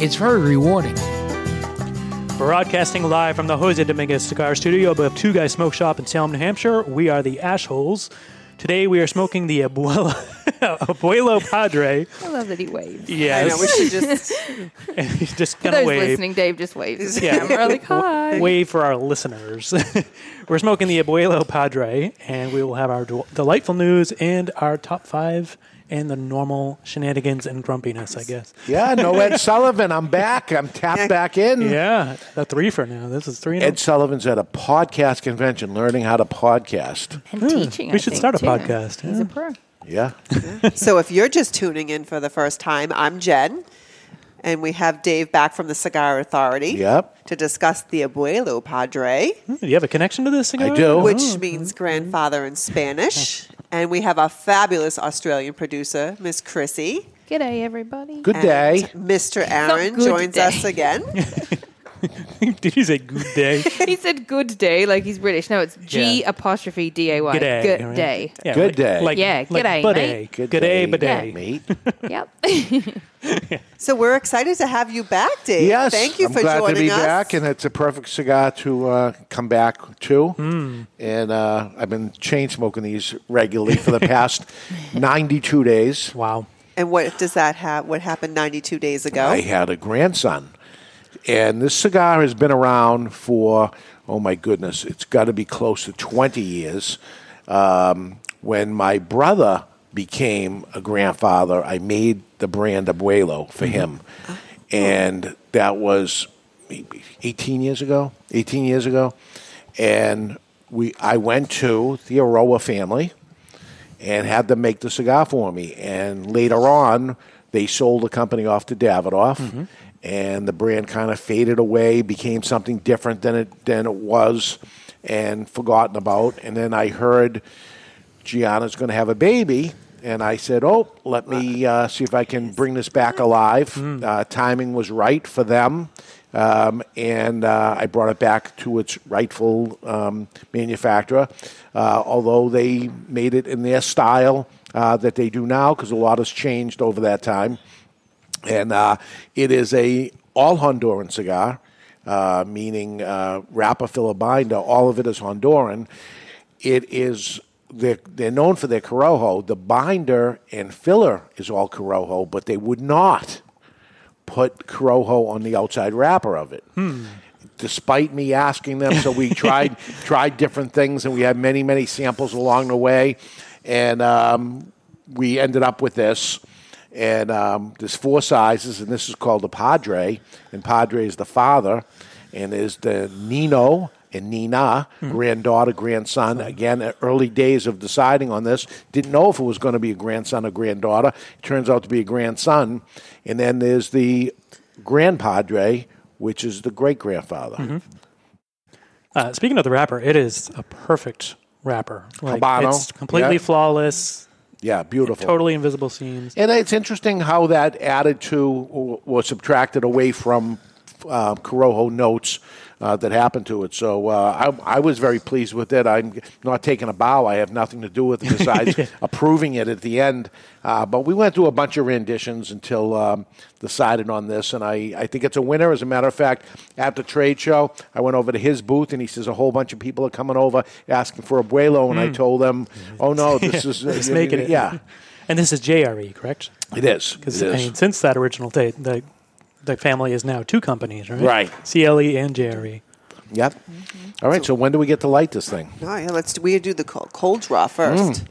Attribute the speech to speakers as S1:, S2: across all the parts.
S1: It's very rewarding.
S2: Broadcasting live from the Jose Dominguez Cigar Studio above Two Guys Smoke Shop in Salem, New Hampshire, we are the Ashholes. Today we are smoking the Abuelo, Abuelo Padre.
S3: I love that he waves.
S4: I know, we
S2: Yes,
S4: should just
S2: he's just
S3: For
S2: gonna
S3: those
S2: wave,
S3: listening, Dave just waves. at the
S2: Yeah.
S3: camera, like, hi.
S2: wave for our listeners. We're smoking the Abuelo Padre, and we will have our d- delightful news and our top five and the normal shenanigans and grumpiness, I guess.
S5: Yeah, no Ed Sullivan. I'm back. I'm tapped back in.
S2: Yeah, the three for now. This is three. in a-
S5: Ed Sullivan's at a podcast convention learning how to podcast.
S4: Hmm.
S3: And teaching.
S2: we should start a podcast,
S3: He's
S2: yeah.
S3: a pro.
S5: Yeah.
S4: so if you're just tuning in for the first time, I'm Jen, and we have Dave back from the Cigar Authority.
S5: Yep.
S4: To discuss the Abuelo Padre,
S2: Do Mm, you have a connection to this Oh. cigar?
S5: I
S3: Oh.
S5: do.
S4: which means grandfather in Spanish, and we have our fabulous Australian producer, Miss Chrissy.
S3: G'day, everybody.
S5: Good
S4: And
S5: day.
S4: Mr. Aaron
S3: good
S4: joins
S3: day.
S4: us again.
S2: Did you say good day?
S3: He said good day like he's British. No, it's G apostrophe D A Y.
S2: G'day.
S3: Good
S2: right?
S3: day.
S2: Yeah,
S5: Good
S2: like-
S5: day.
S2: Like,
S3: Yeah,
S2: like
S3: g'day,
S2: bidet.
S3: mate.
S5: Good
S2: G'day,
S5: day.
S2: bidet.
S5: Mate.
S3: Yep.
S4: So we're excited to have you back, Dave.
S5: Yes.
S4: Thank you
S5: I'm
S4: for
S5: glad
S4: joining
S5: to be
S4: us.
S5: back, and it's a perfect cigar to uh, come back to.
S2: Hmm.
S6: Hmm.
S5: And uh, I've been chain smoking these regularly for the past 92 days.
S2: Wow.
S4: And what does that have? What happened 92 days ago?
S5: I had a grandson. And this cigar has been around for, oh my goodness, it's got to be close to 20 years. Um, when my brother became a grandfather, I made the brand Abuelo for him. And that was maybe 18 years ago, 18 years ago. And we, I went to the Aroa family and had them make the cigar for me. And later on, they sold the company off to Davidoff, and the brand kind of faded away, became something different than it than it was, and forgotten about. And then I heard Gianna's going to have a baby. And I said, "Oh, let me uh, see if I can bring this back alive." Uh, timing was right for them, um, and uh, I brought it back to its rightful um, manufacturer. Uh, although they made it in their style uh, that they do now, because a lot has changed over that time and uh, it is a all Honduran cigar, uh, meaning uh, Rapa Filibina. All of it is Honduran. It is they're, they're known for their corojo. The binder and filler is all corojo, but they would not put corojo on the outside wrapper of it. Despite me asking them, so we tried tried different things, and we had many many samples along the way, and um, we ended up with this. And um, there's four sizes, and this is called the Padre, and Padre is the father, and there's the Nino and Nina, granddaughter, grandson. Again, at early days of deciding on this, didn't know if it was going to be a grandson or granddaughter. turns out to be a grandson, and then there's the grandpadre, which is the great grandfather.
S2: Uh, speaking of the wrapper, it is a perfect wrapper. Like,
S5: Habano,
S2: It's completely
S5: yeah.
S2: flawless,
S5: Yeah, beautiful.
S2: totally invisible seams.
S5: And it's interesting how that added to or, or subtracted away from uh, Corojo notes uh, that happened to it. So uh, I, I was very pleased with it. I'm not taking a bow. I have nothing to do with it besides approving it at the end. Uh, but we went through a bunch of renditions until um, decided on this, and I, I think it's a winner. As a matter of fact, at the trade show, I went over to his booth, and he says a whole bunch of people are coming over asking for Abuelo, and I told them, oh, no, this is...
S2: Hmm. Mm-hmm. Just making it.
S5: Yeah,
S2: And this is JRE, correct?
S5: it is.
S2: Because,
S5: It
S2: I
S5: is.
S2: mean, since that original date, the, the family is now two companies, right?
S5: Right.
S2: CLE and E. JRE.
S5: Yep.
S4: Mm-hmm.
S5: All right. So, when do we get to light this thing?
S4: No, yeah, let's do, we do the cold, cold draw first.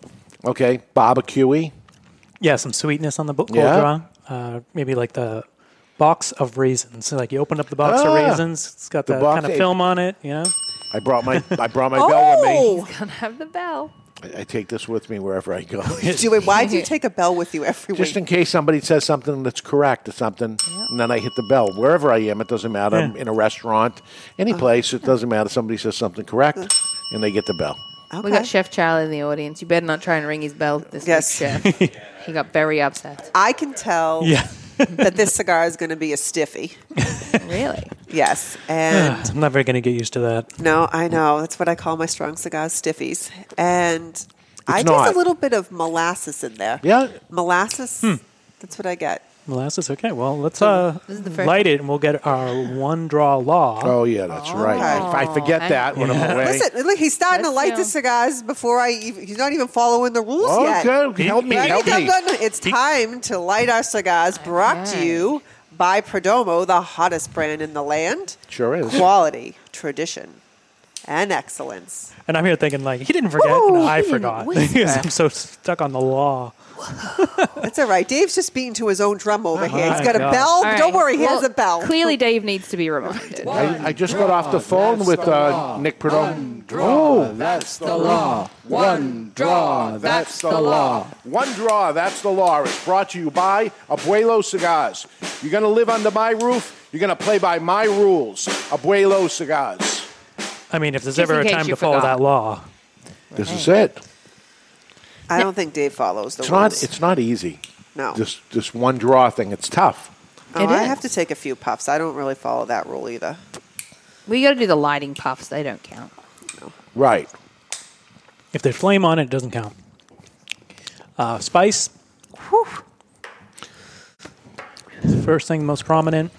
S5: Mm. Okay. Barbecue.
S2: Yeah, some sweetness on the book cold
S5: Yeah.
S2: draw. Uh, maybe like the box of raisins. So, like you open up the box
S5: Ah.
S2: of raisins, it's got
S5: The
S2: that
S5: box-
S2: kind of film on it. Yeah.
S5: I brought my I brought my bell with me.
S4: Oh,
S3: Gonna have the bell.
S5: I, I take this with me wherever I go.
S4: Do it. Why do you take a bell with you every
S5: Just
S4: week?
S5: in case somebody says something that's correct or something, and then I hit the bell. Wherever I am, it doesn't matter. I'm
S2: Yeah.
S5: in a restaurant, any
S4: Uh-huh.
S5: place, it doesn't matter. Somebody says something correct, and they get the bell.
S4: Okay.
S3: We got Chef Charlie in the audience. You better not try and ring his bell this
S4: Yes.
S3: week, Chef. he got very upset.
S4: I can tell
S2: Yeah.
S4: that this cigar is going to be a stiffy.
S3: Really?
S4: Yes, and
S2: I'm never going to get used to that.
S4: No, I know. That's what I call my strong cigars, stiffies. And I
S5: not.
S4: taste a little bit of molasses in there.
S5: Yeah. Hmm.
S4: Molasses, that's what I get.
S2: Molasses. Okay. Well, let's uh,
S3: this is the first
S2: light it, and we'll get our one draw law.
S5: Oh, yeah, that's right. I, I forget
S3: okay.
S5: that when I'm away.
S4: Listen, look, he's starting to
S3: Let's
S4: light
S3: go.
S4: the cigars before I even, he's not even following the rules yet.
S5: okay, help me,
S4: Ready,
S5: help
S4: dum,
S5: me.
S4: dum, dum. It's time to light our cigars, brought to
S3: Okay.
S4: you by Perdomo, the hottest brand in the land.
S5: Sure is.
S4: Quality, tradition, and excellence.
S2: And I'm here thinking like he didn't forget.
S4: Whoa,
S2: no,
S4: he
S2: I
S4: didn't
S2: forgot.
S4: whisper.
S2: Because I'm so stuck on the law.
S4: That's all right. Dave's just beating to his own drum over here. He's
S2: my
S4: got a
S2: gosh.
S4: bell.
S3: All
S4: Don't
S3: right.
S4: worry, he has
S3: Well,
S4: a bell.
S3: Clearly, Dave needs to be reminded.
S5: I, I just got off the phone with uh, Nick Perdomo. Oh,
S7: That's the
S8: 啊
S7: law. One draw. That's the law.
S5: One Draw, That's the Law is brought to you by Abuelo Cigars. You're going to live under my roof, you're going to play by my rules. Abuelo Cigars.
S2: I mean, if there's
S3: Just
S2: ever a
S3: in case
S2: time
S3: you
S2: to follow
S3: forgot.
S2: that law,
S5: This is it.
S4: I don't think Dave follows the
S5: It's
S4: rules.
S5: not, it's not easy.
S4: No.
S5: This, this one draw thing, it's tough.
S4: Oh,
S3: It
S4: I
S3: is.
S4: have to take a few puffs. I don't really follow that rule either.
S3: We got to do the lighting puffs. They don't count.
S5: Right.
S2: if there's flame on it, it doesn't count. Uh, spice. It's the first thing, most prominent.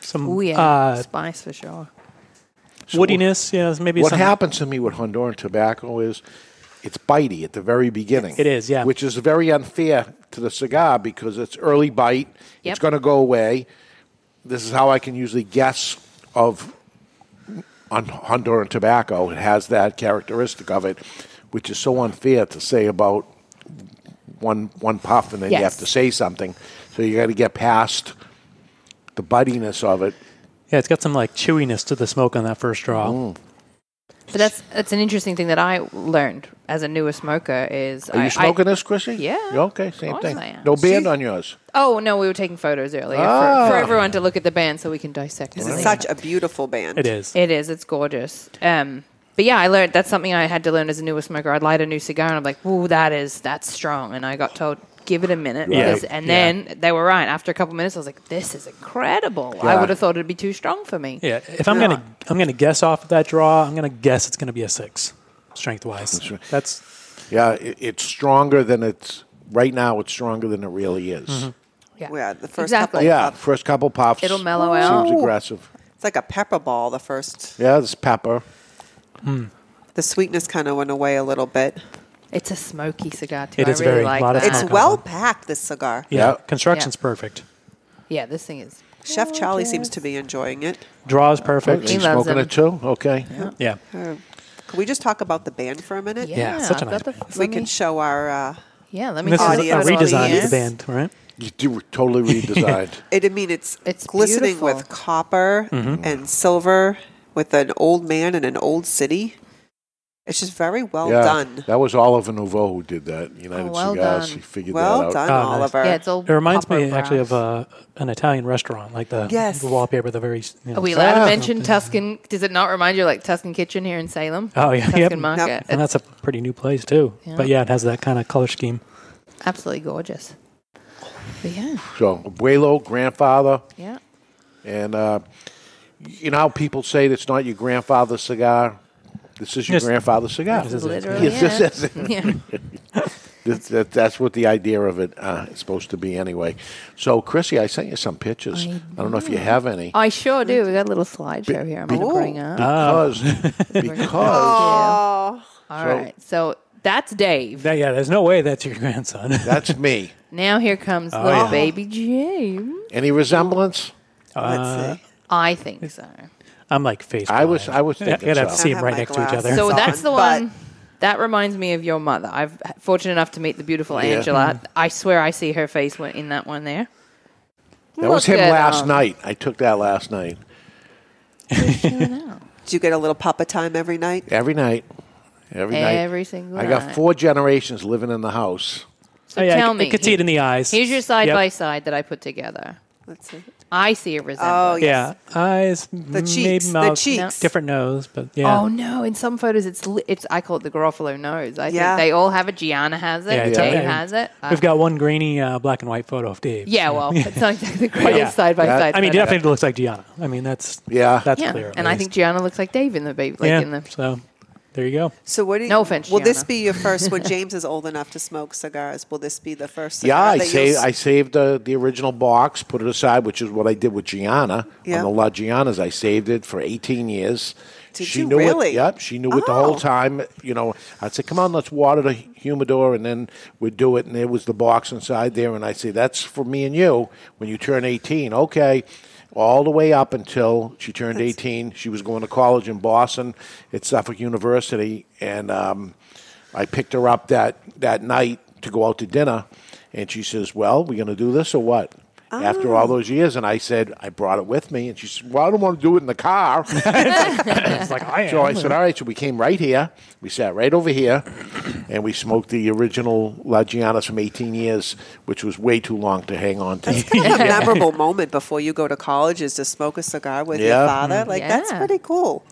S2: Some
S3: Oh yeah,
S2: uh,
S3: spice for sure.
S2: woodiness. Yeah, maybe
S5: What
S2: some,
S5: happens to me with Honduran tobacco is it's bitey at the very beginning.
S2: It is, yeah.
S5: Which is very unfair to the cigar because it's early bite. It's
S3: Yep.
S5: going to go away. This is how I can usually guess of on Honduran tobacco. It has that characteristic of it, which is so unfair to say about one one puff and then you have
S3: Yes.
S5: to say something. So you got to get past the bitiness of it.
S2: Yeah, it's got some like chewiness to the smoke on that first draw.
S5: Mm.
S3: But that's that's an interesting thing that I learned as a newer smoker is.
S5: Are
S3: I,
S5: you smoking this, Chrissy?
S3: Yeah.
S5: Okay,
S3: Of
S5: same
S3: course
S5: thing.
S3: I am.
S5: No band on yours.
S3: I, oh no, we were taking photos earlier
S5: Ah.
S3: for, for everyone to look at the band so we can dissect it.
S4: It's
S3: later.
S4: such a beautiful band.
S2: It is.
S3: It is. It's gorgeous. Um, but yeah, I learned that's something I had to learn as a newer smoker. I'd light a new cigar and I'm like, "Ooh, that is that's strong." And I got told, "Give it a minute."
S2: Yeah.
S3: because- And then they were right. After a couple minutes, I was like, "This is incredible." I
S5: Yeah.
S3: would have thought it'd be too strong for me.
S2: Yeah, if I'm gonna I'm gonna guess off of that draw, I'm gonna guess it's gonna be a six, strength wise. That's
S5: Yeah, it, it's stronger than it's right now. It's stronger than it really is.
S3: Yeah.
S4: Yeah, the first
S3: exactly.
S4: couple-
S5: Yeah,
S4: Puff.
S5: first couple puffs.
S3: It'll mellow
S5: seems
S3: out.
S5: aggressive.
S4: It's like a pepper ball, the first.
S5: Yeah, it's pepper.
S4: The sweetness kind of went away a little bit.
S3: It's a smoky cigar too.
S2: It
S3: I
S2: is
S3: really
S2: very-
S3: like
S2: lot of
S3: that.
S4: It's
S2: smoke.
S4: well packed, this cigar.
S2: yeah.
S5: Yeah.
S2: Construction's
S3: Yeah.
S2: perfect.
S3: yeah, this thing is.
S4: Chef Charlie seems to be enjoying it.
S2: Draw is perfect.
S5: She's
S3: loves
S5: smoking
S3: it.
S5: it too. Okay.
S2: Yeah.
S4: Can Uh, we just talk about the band for a minute?
S3: Yeah,
S2: Yeah, such a
S3: I've got
S2: nice
S3: the-
S4: If we
S3: let me-
S4: can show our. Uh,
S3: Yeah, let
S2: And
S3: me.
S2: this is a
S4: Audience.
S2: redesign of the
S4: Audience.
S2: band, right?
S5: You do totally redesigned.
S4: it, I mean, it's,
S3: It's
S4: glistening
S3: beautiful.
S4: with copper
S2: Mm-hmm.
S4: and silver with an old man in an old city. It's just very well
S5: yeah,
S4: done.
S5: that was Oliver Nouveau who did that. United
S3: Oh, well
S5: Cigars.
S3: done.
S5: He figured that
S4: Well
S5: out.
S4: done,
S2: Oh, nice.
S4: Oliver.
S3: Yeah, it's all.
S2: It reminds
S3: copper
S2: me actually of
S3: brass.
S2: uh, an Italian restaurant, like the,
S4: Yes.
S2: the wallpaper, the very. You know,
S3: Are we allowed
S5: Ah.
S3: to mention Tuscan? Does it not remind you of, like Tuscan Kitchen here in Salem?
S2: Oh, yeah,
S3: Tuscan
S2: yep.
S3: Market.
S4: Yep.
S2: and
S3: It's
S2: that's a pretty new place too.
S3: Yeah.
S2: But yeah, it has that kind of color scheme.
S3: absolutely gorgeous. But yeah,
S5: So abuelo, grandfather,
S3: yeah.
S5: and uh, you know how people say it's not your grandfather's cigar. This is your
S2: Yes.
S5: grandfather's cigar.
S2: This is it.
S3: Literally.
S5: Yes, yes,
S3: yeah.
S5: yes.
S3: Yeah.
S5: That, that, that's what the idea of it uh, is supposed to be, anyway. So, Chrissy, I sent you some pictures. I, don't know if you have any.
S3: I sure do. We got a little slideshow here. I'm going to bring up.
S5: Because,
S2: Ah.
S4: Oh.
S5: because
S3: All
S5: So-
S3: right. So that's Dave.
S2: Yeah, yeah, there's no way that's your grandson.
S5: that's me.
S3: Now here comes little
S2: Oh, yeah.
S3: baby James.
S5: Any resemblance? Uh-huh.
S4: Let's see.
S3: I think so.
S2: Uh, I'm like face.
S5: I was, I was
S2: Yeah,
S5: thinking
S2: You'd have to
S5: so.
S2: see
S4: I
S2: him
S4: have
S2: right
S4: my
S2: next to each
S4: glasses.
S2: other.
S3: So
S4: It's
S3: that's
S4: on,
S3: the
S4: but-
S3: one. That reminds me of your mother. I've fortunate enough to meet the beautiful Angela.
S4: Mm-hmm.
S3: I swear I see her face when- in that one there.
S5: That was him
S3: Look at um,
S5: last
S3: him.
S5: night. I took that last night.
S4: Do you get a little papa time every night?
S5: Every night. Every night.
S3: Every single
S5: I got
S3: night.
S5: four generations living in the house.
S3: So
S2: Oh, yeah, I
S3: tell
S2: c-
S3: me.
S2: I could see it in the eyes.
S3: Here's your side
S2: Yep.
S3: by side that I put together.
S4: Let's see.
S3: I see a
S4: Oh,
S3: resemblance.
S2: Yeah, eyes, the
S4: cheeks,
S2: maybe
S4: the
S2: mouth,
S4: cheeks.
S2: different nose, but yeah,
S3: Oh no! In some photos, it's li- it's I call it the Garofalo nose. I
S4: Yeah.
S3: think they all have it. Gianna has it.
S2: yeah. it's-
S3: Dave
S2: yeah.
S3: has it. I-
S2: We've got one grainy uh, black and white photo of Dave.
S3: yeah,
S2: so-
S3: well, it's not exactly the greatest
S2: yeah.
S3: side by side.
S5: That-
S2: I mean,
S3: photo.
S2: definitely looks like Gianna. I mean, that's
S5: Yeah.
S2: that's
S3: yeah.
S2: clear. at
S3: and I
S2: least.
S3: think Gianna looks like Dave in the baby, like
S2: yeah.
S3: in the
S2: so there you go.
S4: So what do you,
S3: No offense,
S4: Will this
S3: Gianna.
S4: be your first? When James is old enough to smoke cigars, will this be the first?
S5: Yeah,
S4: Cigar
S5: I
S4: that
S5: saved,
S4: you'll s-
S5: I saved the, the original box, put it aside, which is what I did with Gianna
S4: Yeah.
S5: on the La Gianna's. I saved it for 18 years.
S4: Did
S5: she
S4: you
S5: knew
S4: really?
S5: it. Yep, she knew it the whole
S4: Oh.
S5: time. You know, I said, "Come on, let's water the humidor, and then we'd do it." And there was the box inside there, and I say, "That's for me and you when you turn 18." Okay, all the way up until she turned 18, she was going to college in Boston at Suffolk University, and um, I picked her up that that night to go out to dinner, and she says, "Well, we're going to do this or what?" After
S4: Oh.
S5: all those years, and I said I brought it with me, and she said, "Well, I don't want to do it in the car."
S2: It's like I am.
S5: So I said, all right. So we came right here. We sat right over here, and we smoked the original La Giannis from 18 years, which was way too long to hang on to.
S4: Kind of a memorable moment before you go to college is to smoke a cigar with
S5: Yeah. Mm-hmm.
S4: your father. Like that's
S3: Yeah.
S4: pretty cool.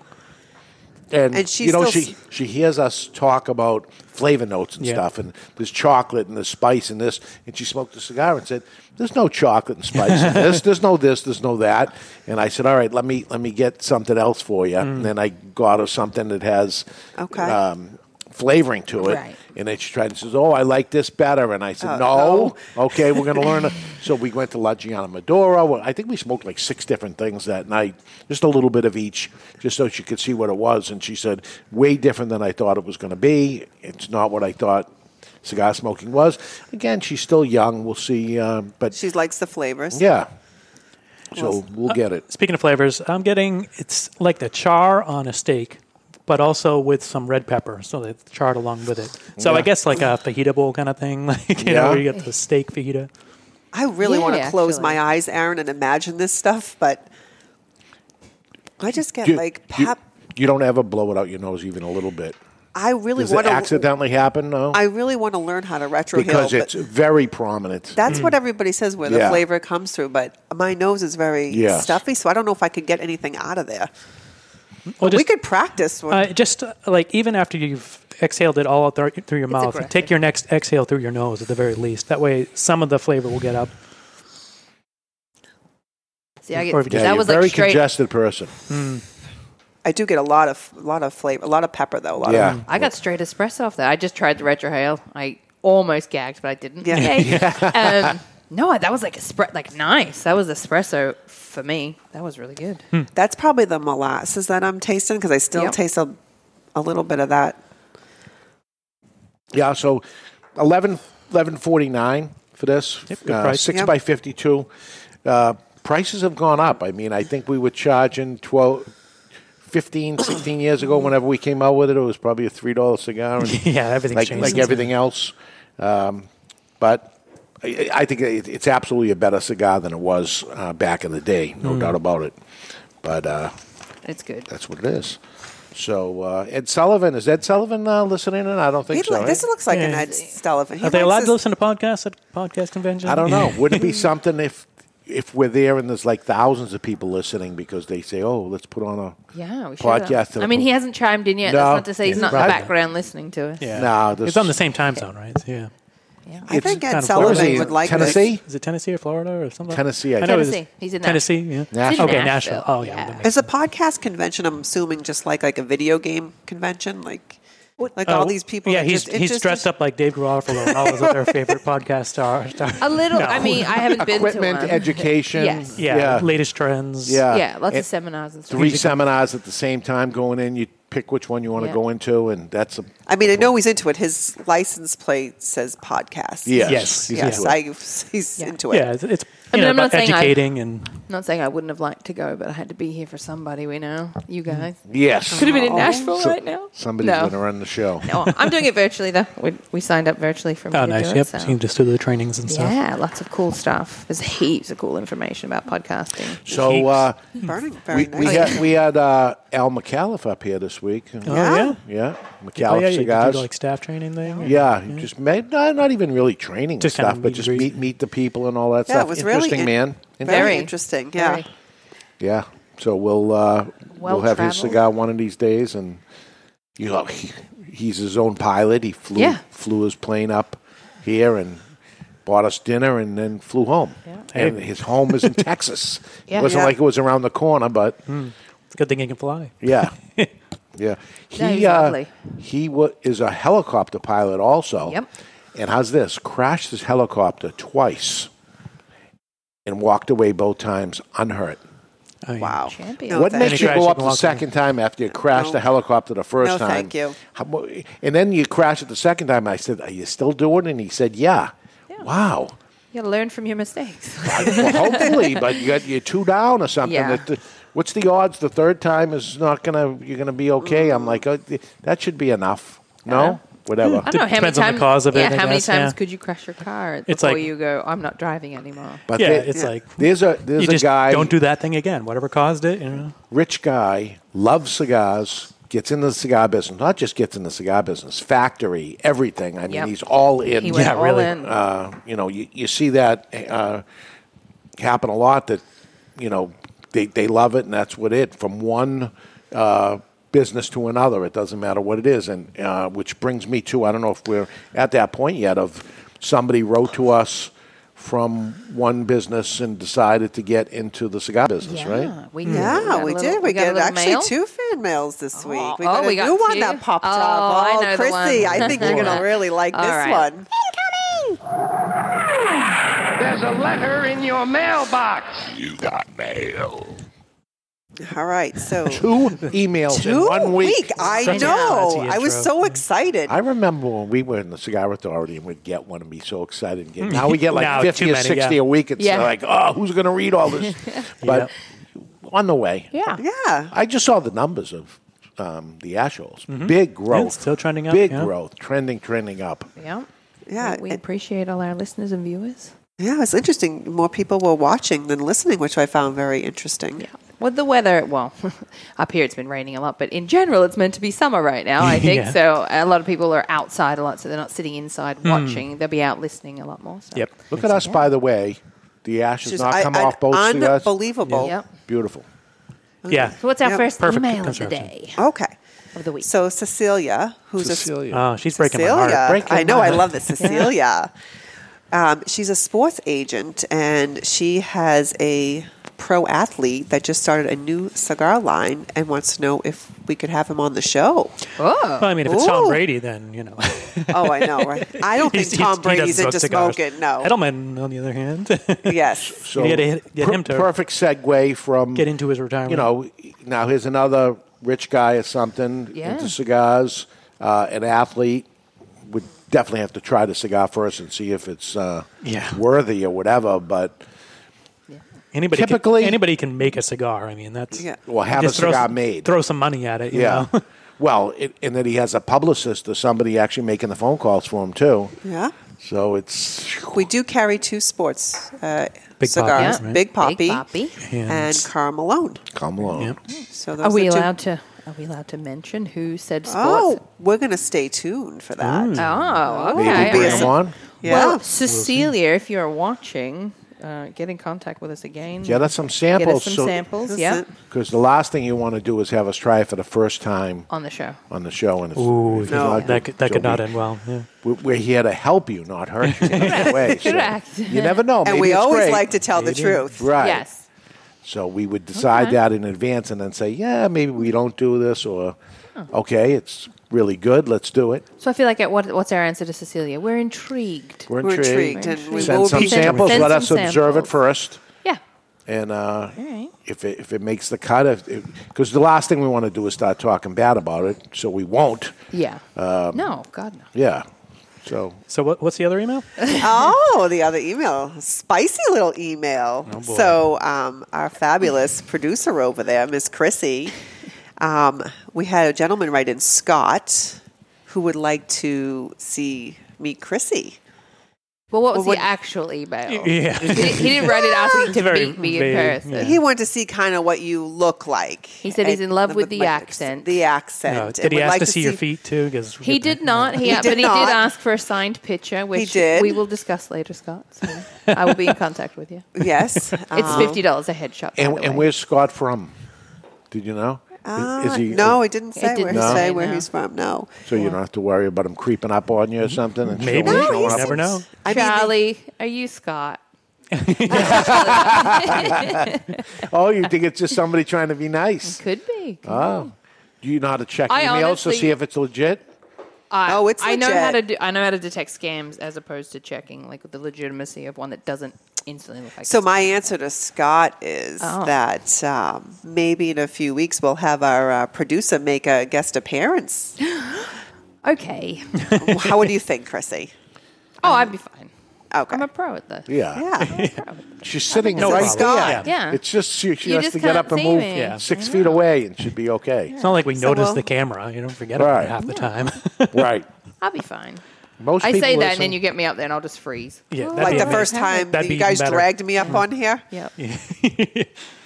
S5: And,
S4: And she
S5: you know,
S4: still-
S5: she she hears us talk about flavor notes and
S2: Yeah.
S5: stuff, and there's chocolate and there's spice and this. And she smoked a cigar and said, "There's no chocolate and spice in this. There's no this. There's no that." And I said, "All right, let me let me get something else for you." And then I got her something that has
S4: Mm. Okay.
S5: um, flavoring to it.
S3: Right.
S5: And then she tried and says, "Oh, I like this better." And I said,
S4: Oh,
S5: "No, okay, we're going to learn." it." So we went to La Giana Maduro. Well, I think we smoked like six different things that night, just a little bit of each, just so she could see what it was. And she said, "Way different than I thought it was going to be. It's not what I thought cigar smoking was." Again, she's still young. We'll see, uh, but
S4: She likes the flavors. uh,
S5: yeah. So we'll get it.
S2: Speaking of flavors, I'm getting it's like the char on a steak, but also with some red pepper, so that it's charred along with it. So I
S5: Yeah.
S2: guess like a fajita bowl kind of thing, like you
S5: Yeah.
S2: know, where you get the steak fajita.
S4: I really want
S3: Yeah,
S4: to close
S3: actually.
S4: my eyes, Aaron, and imagine this stuff, but I just get
S5: You-
S4: like
S5: you-
S4: pap.
S5: you don't ever blow it out your nose even a little bit.
S4: I really
S5: Does it
S4: want to.
S5: accidentally happen? No.
S4: I really want to learn how to retro
S5: because
S4: heal,
S5: it's
S4: but
S5: very prominent.
S4: that's what everybody says where the
S5: Yeah.
S4: flavor comes through. But my nose is very
S5: Yes.
S4: stuffy, so I don't know if I could get anything out of there.
S2: Well,
S4: we could practice. One.
S2: uh, just uh, like even after you've exhaled it all out thro- through your mouth,
S3: aggressive.
S2: take your next exhale through your nose at the very least. That way, some of the flavor will get up.
S3: see. I
S2: Or if
S3: get,
S2: you just-
S5: yeah,
S3: that
S5: you're
S3: was
S5: a very
S3: like straight.
S5: congested person.
S4: I do get a lot of a lot of flavor, a lot of pepper though. A lot
S5: Yeah.
S4: Of,
S3: I got straight espresso off that. I just tried the retrohale. I almost gagged, but I didn't.
S4: Yeah.
S3: Yay. um, no, that was like espre- like nice. That was espresso for me. That was really good.
S2: Hmm.
S4: that's probably the molasses that I'm tasting because I still
S3: Yep.
S4: taste a, a little bit of that.
S5: Yeah, so 11, 11.49 for this.
S2: Yep, good
S5: uh,
S2: price.
S5: Six
S4: Yep.
S5: by fifty-two. Uh, prices have gone up. I mean, I think we were charging 12, 15, 16 years ago. Whenever we came out with it, it was probably a three dollar cigar. And
S2: Yeah, everything's
S5: like
S2: changed.
S5: like everything else. Um, but I, I think it, it's absolutely a better cigar than it was uh, back in the day, no doubt about it. But uh,
S3: It's good.
S5: that's what it is. So uh, Ed Sullivan is Ed Sullivan uh, listening? In? I don't think
S4: He
S5: so. eh?
S4: li-
S5: right?
S4: this looks like an
S2: Yeah.
S4: Ed Sullivan. He
S2: Are they
S4: likes
S2: allowed
S4: his-
S2: to listen to podcasts at podcast conventions?
S5: I don't know. Would it be something if if we're there and there's like thousands of people listening because they say, "Oh, let's put on a
S3: Yeah, we should. have.
S5: podcast"?
S3: I mean, he hasn't chimed in yet.
S5: No,
S3: That's not to say he's
S5: he's
S3: not in the
S5: right.
S3: background listening to us.
S2: Yeah.
S5: No, this-
S2: it's on the same time zone, right? So, yeah.
S4: I think
S2: kind
S4: Ed
S2: of- Where is
S5: Where is
S4: Sullivan
S5: he?
S4: would like this.
S5: Tennessee.
S2: Is it Tennessee or Florida or something?
S5: Tennessee, I
S2: know it is-
S3: Tennessee. He's in
S2: Tennessee. Yeah.
S5: Nashville.
S2: Okay,
S3: Nashville.
S2: Nashville. Oh yeah.
S3: Yeah.
S2: that makes
S4: Is a podcast convention? I'm assuming just like like a video game convention, like like all
S2: Oh,
S4: these people.
S2: Yeah,
S4: that
S2: he's
S4: just, it
S2: he's
S4: just-
S2: dressed up like Dave Garofalo and all his other favorite podcast star. star-
S3: A little.
S2: No.
S3: I mean, I haven't been to
S5: Equipment,
S3: one.
S5: education. uh,
S3: Yes.
S2: yeah,
S5: yeah.
S2: latest trends.
S5: Yeah.
S3: yeah, lots
S5: And
S3: of seminars and stuff.
S5: Three seminars at the same time going in. You pick which one you want to
S3: Yeah.
S5: go into, and that's a
S4: I mean, I know he's into it. His license plate says podcast.
S5: yes.
S2: Yes.
S5: He's
S4: yes,
S5: into it.
S4: I, he's
S3: Yeah.
S4: into it.
S2: yeah. It's, it's
S3: I
S2: you
S3: mean,
S2: know,
S3: I'm not
S2: about
S3: saying I-
S2: educating and
S3: Not saying I wouldn't have liked to go, but I had to be here for somebody we know. You guys
S5: yes. Oh.
S3: could have been in Nashville
S5: So-
S3: right now.
S5: Somebody's
S3: no.
S5: going to run the show.
S3: no, Oh, I'm doing it virtually though. We, we signed up virtually for me
S2: oh
S3: to
S2: nice.
S3: do it,
S2: Yep,
S3: so-
S2: so you can just do the trainings and stuff.
S3: Yeah, lots of cool stuff. There's heaps of cool information about podcasting.
S5: So uh,
S4: Burning very
S5: we,
S4: nice.
S5: we had we had uh, Al McAuliffe up here this week.
S2: Oh, yeah?
S5: Yeah.
S2: Oh,
S5: McAuliffe
S2: yeah, you- did you
S5: cigars.
S2: do, like staff training thing?
S5: yeah, just made, not, not even really training and
S2: Just kinda
S5: stuff, but
S2: meet
S5: just
S2: and greet.
S5: meet meet the people and all that
S4: Yeah,
S5: stuff.
S4: it was really
S5: Interesting
S4: in-
S5: man.
S4: Very
S3: Very.
S4: interesting. Yeah.
S3: Very.
S5: Yeah. So we'll uh, we'll have
S3: Well-traveled.
S5: his cigar one of these days, and you know he, he's his own pilot. He flew
S3: Yeah.
S5: flew his plane up here and bought us dinner, and then flew home. And his home is in Texas.
S3: Yeah.
S5: it wasn't
S4: Yeah.
S5: like it was around the corner, but
S2: It's a good thing you can fly.
S5: yeah, yeah. He
S3: No, he's
S5: uh,
S3: lovely.
S5: he wa is a helicopter pilot also.
S3: Yep.
S5: And how's this? Crashed his helicopter twice, and walked away both times unhurt.
S2: Oh, yeah.
S4: Wow.
S3: Champion.
S4: No,
S5: What
S4: thank
S5: makes
S2: you.
S5: you
S2: Any crash
S5: go
S2: you
S5: up
S2: can
S5: the
S2: walk
S5: second time after you crashed
S4: No.
S5: the helicopter the first
S4: No,
S5: time?
S4: thank you.
S5: How mo- And then you crashed it the second time. I said, "Are you still doing?" it? And he said, "Yeah." Wow.
S3: You gotta learn from your mistakes.
S5: well, hopefully, but you got you two down or something.
S3: Yeah.
S5: That the- what's the odds the third time is not gonna you're gonna be okay?
S3: Mm.
S5: I'm like, oh, th- that should be enough. No, whatever.
S3: I don't know how
S2: Depends on
S3: many
S2: the
S3: times.
S2: cause of it,
S3: yeah,
S2: I
S3: how many
S2: guess,
S3: times
S2: yeah.
S3: could you crash your car before
S2: It's like-
S3: you go? I'm not driving anymore.
S5: But
S2: Yeah,
S5: there-
S2: it's like
S5: there's a there's
S2: you
S5: a
S2: just
S5: guy
S2: don't do that thing again. Whatever caused it, you know.
S5: rich guy, loves cigars, gets into the cigar business. Not just gets in the cigar business, factory, everything. I mean,
S3: Yep.
S5: he's all in.
S3: He went all
S2: really.
S3: in.
S5: Uh, you know, you, you see that uh, happen a lot. That you know they they love it, and that's what it. From one uh, business to another, it doesn't matter what it is. And uh, which brings me to I don't know if we're at that point yet. Of somebody wrote to us. From one business and decided to get into the cigar business, right?
S3: we
S4: Yeah, we did. We,
S3: got
S4: got actually two fan mails this week. We
S3: oh,
S4: got a
S3: we got
S4: new one
S3: two?
S4: that popped
S3: Oh,
S4: up.
S3: I
S4: Oh,
S3: know the
S4: Chrissy,
S3: one.
S4: I think you're gonna really like
S3: All
S4: this
S3: right.
S4: one.
S6: There's a letter in your mailbox. You got mail.
S4: All right, so
S5: Two emails
S4: two
S5: in one week.
S4: I
S2: Such a
S4: know.
S2: classy
S4: I was
S2: intro.
S4: so excited.
S5: I remember when we were in the Cigar Authority and we'd get one and be so excited. And get, now we get like
S2: Now,
S5: 50
S2: Mm. too
S5: or
S2: many,
S5: 60
S2: yeah.
S5: a week. It's
S3: Yeah.
S5: like, oh, who's going to read all this? But on the way,
S3: Yeah.
S4: yeah.
S5: I just saw the numbers of um, the Ashholes. Big growth.
S2: Mm-hmm. still trending up,
S5: Big
S2: yeah.
S5: growth. Trending, trending up.
S3: Yeah.
S4: Yeah,
S3: We, we
S4: and-
S3: appreciate all our listeners and viewers.
S4: yeah, it's interesting. More people were watching than listening, which I found very interesting.
S3: Yeah. With the weather, well, up here it's been raining a lot, but in general it's meant to be summer right now, I think.
S2: Yeah.
S3: So a lot of people are outside a lot, so they're not sitting inside watching. They'll be out listening a lot more. So.
S2: Yep.
S5: Look at us, by the way. The ash has
S4: Just
S5: not
S4: I-
S5: come
S4: I-
S5: off both cigars.
S4: unbelievable.
S3: Yep.
S5: Beautiful.
S2: Yeah.
S3: So what's our
S4: Yep.
S3: first
S2: Perfect
S3: email of the
S2: construction.
S3: day
S4: Okay,
S3: of the week?
S4: so Cecilia, who's a
S5: Cecilia.
S2: Oh, she's breaking
S4: Cecilia.
S2: my heart.
S5: Breaking
S4: I know.
S5: my
S4: I
S5: heart.
S4: love this Cecilia. um, she's a sports agent, and she has a pro athlete that just started a new cigar line and wants to know if we could have him on the show.
S3: oh,
S2: Well, I mean, if it's Tom
S4: Ooh.
S2: Brady, then you know.
S4: Oh, I know, right? I don't think
S2: He's- he's-
S4: Tom
S2: he doesn't
S4: Brady's
S2: smoke
S4: into
S2: cigars.
S4: smoking. No.
S2: Edelman, on the other hand,
S4: Yes.
S5: So
S2: You gotta hit- get him to-
S5: perfect segue from
S2: get into his retirement.
S5: you know, now here's another rich guy or something
S3: Yeah.
S5: into cigars. Uh, an athlete would definitely have to try the cigar first and see if it's uh,
S2: Yeah.
S5: worthy or whatever. But
S2: anybody
S5: typically-
S2: can, anybody can make a cigar. I mean, that's
S4: Yeah.
S5: Well, have a
S2: just throw
S5: cigar
S2: some-
S5: made.
S2: Throw some money at it. You
S5: yeah,
S2: Know?
S5: well, it, and then he has a publicist or somebody actually making the phone calls for him too.
S4: Yeah.
S5: So it's
S4: We do carry two sports uh,
S2: Big
S4: cigars
S2: Poppy, right?
S4: Big Poppy,
S3: Big Poppy.
S4: and Carl Malone.
S5: come along.
S4: So those
S3: Are we
S4: the two-
S3: allowed to? Are we allowed to mention who said sports?
S4: Oh, we're going to stay tuned for that.
S3: Oh, okay.
S5: Maybe bring him on.
S4: Yeah.
S3: Well, Cecilia, if you're watching, uh, get in contact with us again.
S5: Yeah, that's some
S3: Get
S5: samples.
S3: us some samples.
S4: This
S3: Yeah,
S4: is-
S5: Because the last thing you want to do is have us try it for the first time
S3: on the show.
S5: on the show, and it's, if it's
S4: No.
S5: not
S2: That could, that
S5: so
S2: could not
S5: we-
S2: end well. Yeah.
S5: We're, we're here to help you, not hurt you. in any way. So
S3: Correct.
S5: You never know.
S4: And
S5: Maybe
S4: we
S5: it's
S4: always
S5: great.
S4: like to tell the truth.
S5: Right.
S3: Yes.
S5: So we would decide that in advance and then say, yeah, maybe we don't do this, or okay, it's really good. Let's do it.
S3: So I feel like at what, what's our answer to Cecilia? We're intrigued.
S5: We're
S4: We're intrigued,
S5: intrigued.
S4: and we
S5: Send
S4: will
S5: some
S4: be
S5: samples.
S3: Send
S5: Let
S3: some
S5: us observe it
S3: samples.
S5: first.
S3: yeah.
S5: And uh,
S3: right.
S5: if, it, if it makes the cut, because the last thing we want to do is start talking bad about it, so we won't.
S3: Yeah. no, God no.
S5: Um, Yeah. So
S2: So what, what's the other email?
S4: Oh, the other email, spicy little email. so, um, our fabulous producer over there, Miss Chrissy, um, we had a gentleman write in, Scott, who would like to see meet Chrissy.
S3: Well, what was
S4: Well,
S3: the
S4: what-
S3: actual email?
S2: Yeah.
S3: He, didn't- he didn't write it asking to
S2: Very
S3: meet me in
S2: vague,
S3: person.
S4: He wanted to see kind of what you look like. He
S3: said he's in love with the accent.
S4: The accent.
S2: No,
S4: And
S2: did he
S4: would
S2: ask
S4: like
S2: to see, your feet too? Because
S3: He did not. He,
S4: did
S3: but he
S4: not.
S3: did ask for a signed picture, which
S4: did.
S3: we will discuss later, Scott. So I will be in contact with you.
S4: Yes. um,
S3: It's fifty dollars a headshot. by
S5: Uh-huh. And,
S3: the
S5: and
S3: way.
S5: where's Scott from? Did you know? Is- is
S4: Uh, no, it didn't say where he
S3: didn't No.
S4: say
S3: say,
S4: where
S3: no.
S4: he's from. No.
S5: So you don't have to worry about him creeping up on you or something. And
S2: Mm-hmm. Maybe.
S5: showing-
S2: No,
S5: showing
S2: he's-
S5: up.
S2: Never know.
S4: I mean,
S3: Charlie, are you Scott?
S5: Oh, you think it's just somebody trying to be nice?
S3: Could be.
S5: Oh, do you know how to check
S3: I
S5: emails
S3: honestly-
S5: to see if it's legit?
S3: I,
S4: Oh, it's
S3: I know how
S4: legit.
S3: to do, I know how to detect scams as opposed to checking like the legitimacy of one that doesn't instantly look like.
S4: So
S3: a scam.
S4: my answer to Scott is
S3: Oh.
S4: that um, maybe in a few weeks we'll have our uh, producer make a guest appearance.
S3: okay.
S4: How would you think, Chrissy?
S3: Oh, I'd be fine.
S4: Um, Okay.
S3: I'm a pro at this.
S5: Yeah.
S4: yeah.
S5: She's sitting
S4: No
S5: right
S4: problem.
S5: there.
S4: Scott.
S3: Yeah.
S5: It's just she, she
S3: You
S5: has
S3: just
S5: to get
S3: can't
S5: up and
S3: see
S5: move
S3: me. Yeah.
S5: six feet away and she'd be okay.
S2: It's not like we
S4: So
S2: noticed
S4: we'll-
S2: the camera. You don't forget about
S5: Right.
S2: it half the time.
S5: Right.
S3: I'll be fine.
S5: Most
S3: I
S5: people
S3: say that,
S5: listen-
S3: and then you get me up there, and I'll just freeze.
S2: yeah, that'd
S4: Like
S2: be
S4: the
S2: amazing.
S4: first time
S2: That'd
S4: that
S2: be
S4: you guys
S2: even better.
S4: dragged me up on here.
S3: Yep.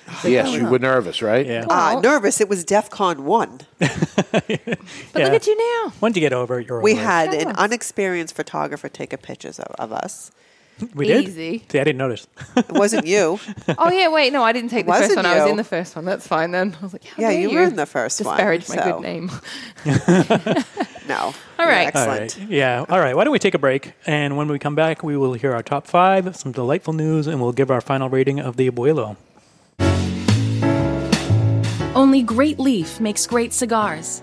S3: oh,
S5: Yes, you were nervous, right?
S2: Yeah.
S4: Uh,
S3: Well-
S4: nervous. It was DEF CON 1.
S3: But
S2: Yeah.
S3: look at you now.
S2: Once you get over it, you're
S4: We
S2: over it.
S4: had an unexperienced photographer take a pictures of, of us.
S2: we did.
S3: Easy.
S2: See, I didn't notice.
S4: It wasn't you.
S3: Oh yeah, wait, no, I didn't take the first
S4: Wasn't
S3: one. I was
S4: you?
S3: in the first one. That's fine then. I was like, How
S4: Yeah,
S3: dare
S4: you
S3: you
S4: were in the first one,
S3: Disparage my
S4: so-
S3: good name.
S4: No.
S3: All right.
S4: You're
S2: All
S4: Excellent.
S2: right. Yeah. All right. Why don't we take a break? And when we come back, we will hear our top five, some delightful news, and we'll give our final rating of the Abuelo.
S9: Only Great Leaf makes great cigars.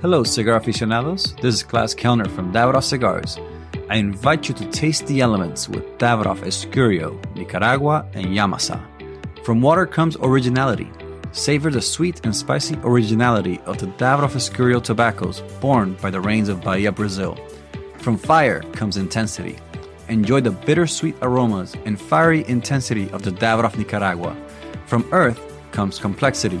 S10: Hello, cigar aficionados. This is Klaus Kellner from Davidoff Cigars. I invite you to taste the elements with Davidoff Escurio, Nicaragua, and Yamasa. From water comes originality. Savor the sweet and spicy originality of the Davidoff Escurio tobaccos born by the rains of Bahia, Brazil. From fire comes intensity. Enjoy the bittersweet aromas and fiery intensity of the Davidoff Nicaragua. From earth comes complexity.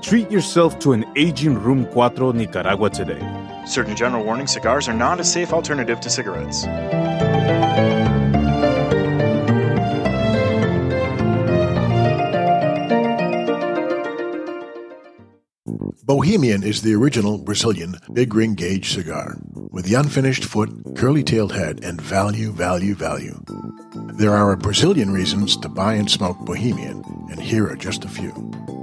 S11: Treat yourself to an aging Room 4 Nicaragua today.
S12: Certain general warning cigars are not a safe alternative to cigarettes.
S8: Bohemian is the original Brazilian big ring gauge cigar with the unfinished foot, curly tailed head, and value, value, value. There are a Brazilian reasons to buy and smoke Bohemian, and here are just a few.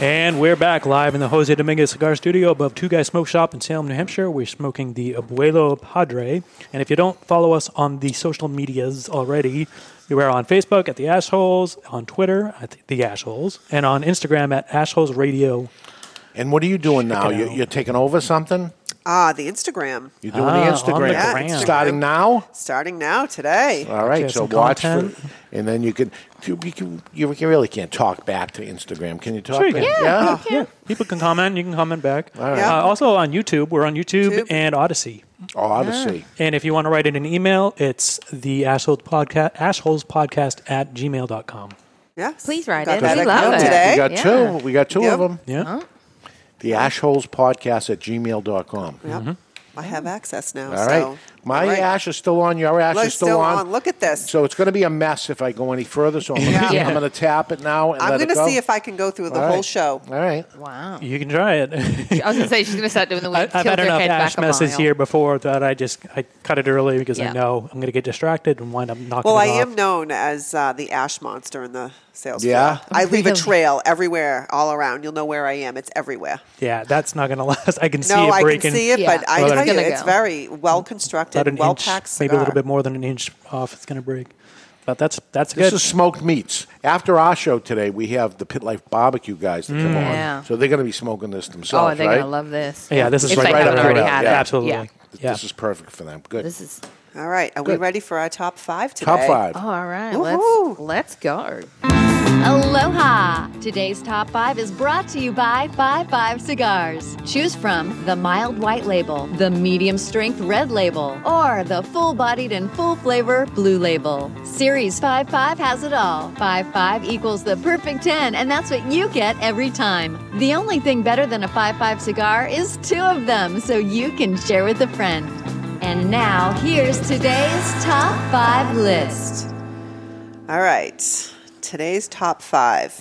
S2: And we're back live in the Jose Dominguez Cigar Studio above Two Guys Smoke Shop in Salem, New Hampshire. We're smoking the Abuelo Padre. And if you don't follow us on the social medias already, we are on Facebook at The Ashholes, on Twitter at The Ashholes, and on Instagram at Ashholes Radio.
S5: And what are you doing now?
S2: it
S5: You, you're taking over something?
S4: Ah, the Instagram.
S5: You're doing Ah, the Instagram.
S4: Yeah,
S5: Starting now?
S4: Starting now today.
S5: All right, so watch for, and then you can you, you can you really can't talk back to Instagram. Can you talk?
S2: Sure you
S5: back?
S2: can. Yeah, People can comment. You can comment back.
S5: right.
S2: Uh,
S5: Yeah.
S2: also on YouTube. We're on YouTube, and Odyssey.
S4: Oh,
S5: Odyssey.
S2: And if you want to write in an email, it's the assholes podcast, assholes podcast at gmail.com.
S4: Yes.
S3: Please write
S5: Got
S3: it.
S5: that
S3: We love
S5: account
S3: it.
S5: We got
S3: Yeah.
S5: two. We got two
S4: Yep.
S5: of them.
S2: Yeah.
S5: The Ashholes Podcast at gmail.com.
S4: Yep. I have access now.
S5: All
S4: so.
S5: right. My
S4: All right.
S5: ash is still on. Your ash
S4: Look,
S5: is still,
S4: still
S5: on.
S4: on. Look at this.
S5: So it's going to be a mess if I go any further. So I'm going
S4: Yeah.
S5: to tap it now. And
S4: I'm
S5: going
S4: going
S5: to
S4: to see if I can go through the
S5: All
S4: whole
S5: right.
S4: show.
S5: All right.
S3: Wow.
S2: You can try it. I
S3: I was gonna say she's gonna start doing the
S2: I,
S3: weird
S2: I've
S3: tilt
S2: had
S3: her
S2: enough
S3: head
S2: ash
S3: back a
S2: messes
S3: mile.
S2: here before that I just I cut it early because I
S4: Yeah.
S2: know I'm going to get distracted and wind up knocking
S4: Well,
S2: it
S4: I
S2: off.
S4: am known as uh, the ash monster in the sales
S2: Yeah?
S4: floor. I leave a
S2: Really?
S4: trail everywhere, all around. You'll know where I am. It's everywhere.
S2: Yeah, that's not going to last. I can see
S4: no,
S2: it
S4: I
S2: breaking.
S4: can see it, but I
S2: Well,
S4: tell you,
S2: gonna
S4: it's
S2: go.
S4: very well
S2: about an
S4: constructed, well
S2: inch,
S4: packed
S2: maybe a little
S4: cigar.
S2: bit more than an inch off. It's going to break. But that's that's
S5: This
S2: good.
S5: is smoked meats. After our show today, we have the Pit Life Barbecue guys that come
S2: Mm.
S5: on.
S2: Yeah.
S5: So they're going to be smoking this themselves.
S3: Oh, they're
S5: right?
S3: gonna love this.
S2: Yeah, this is
S3: If
S2: right-
S3: they
S5: right
S3: haven't
S5: up
S3: already
S5: there.
S3: had it.
S5: Yeah.
S2: Absolutely.
S3: Yeah.
S2: Yeah.
S5: This is perfect for them. Good.
S3: This is
S4: All right. Are we ready for our top five today?
S5: Top five.
S3: Oh, all right.
S4: Woohoo.
S3: Let's let's go.
S13: Aloha! Today's top five is brought to you by Five Five Cigars. Choose from the mild white label, the medium strength red label, or the full bodied and full flavor blue label. Series Five Five has it all. Five Five equals the perfect 10, and that's what you get every time. The only thing better than a Five Five cigar is two of them, so you can share with a friend. And now, here's today's top five list.
S4: All right. Today's top five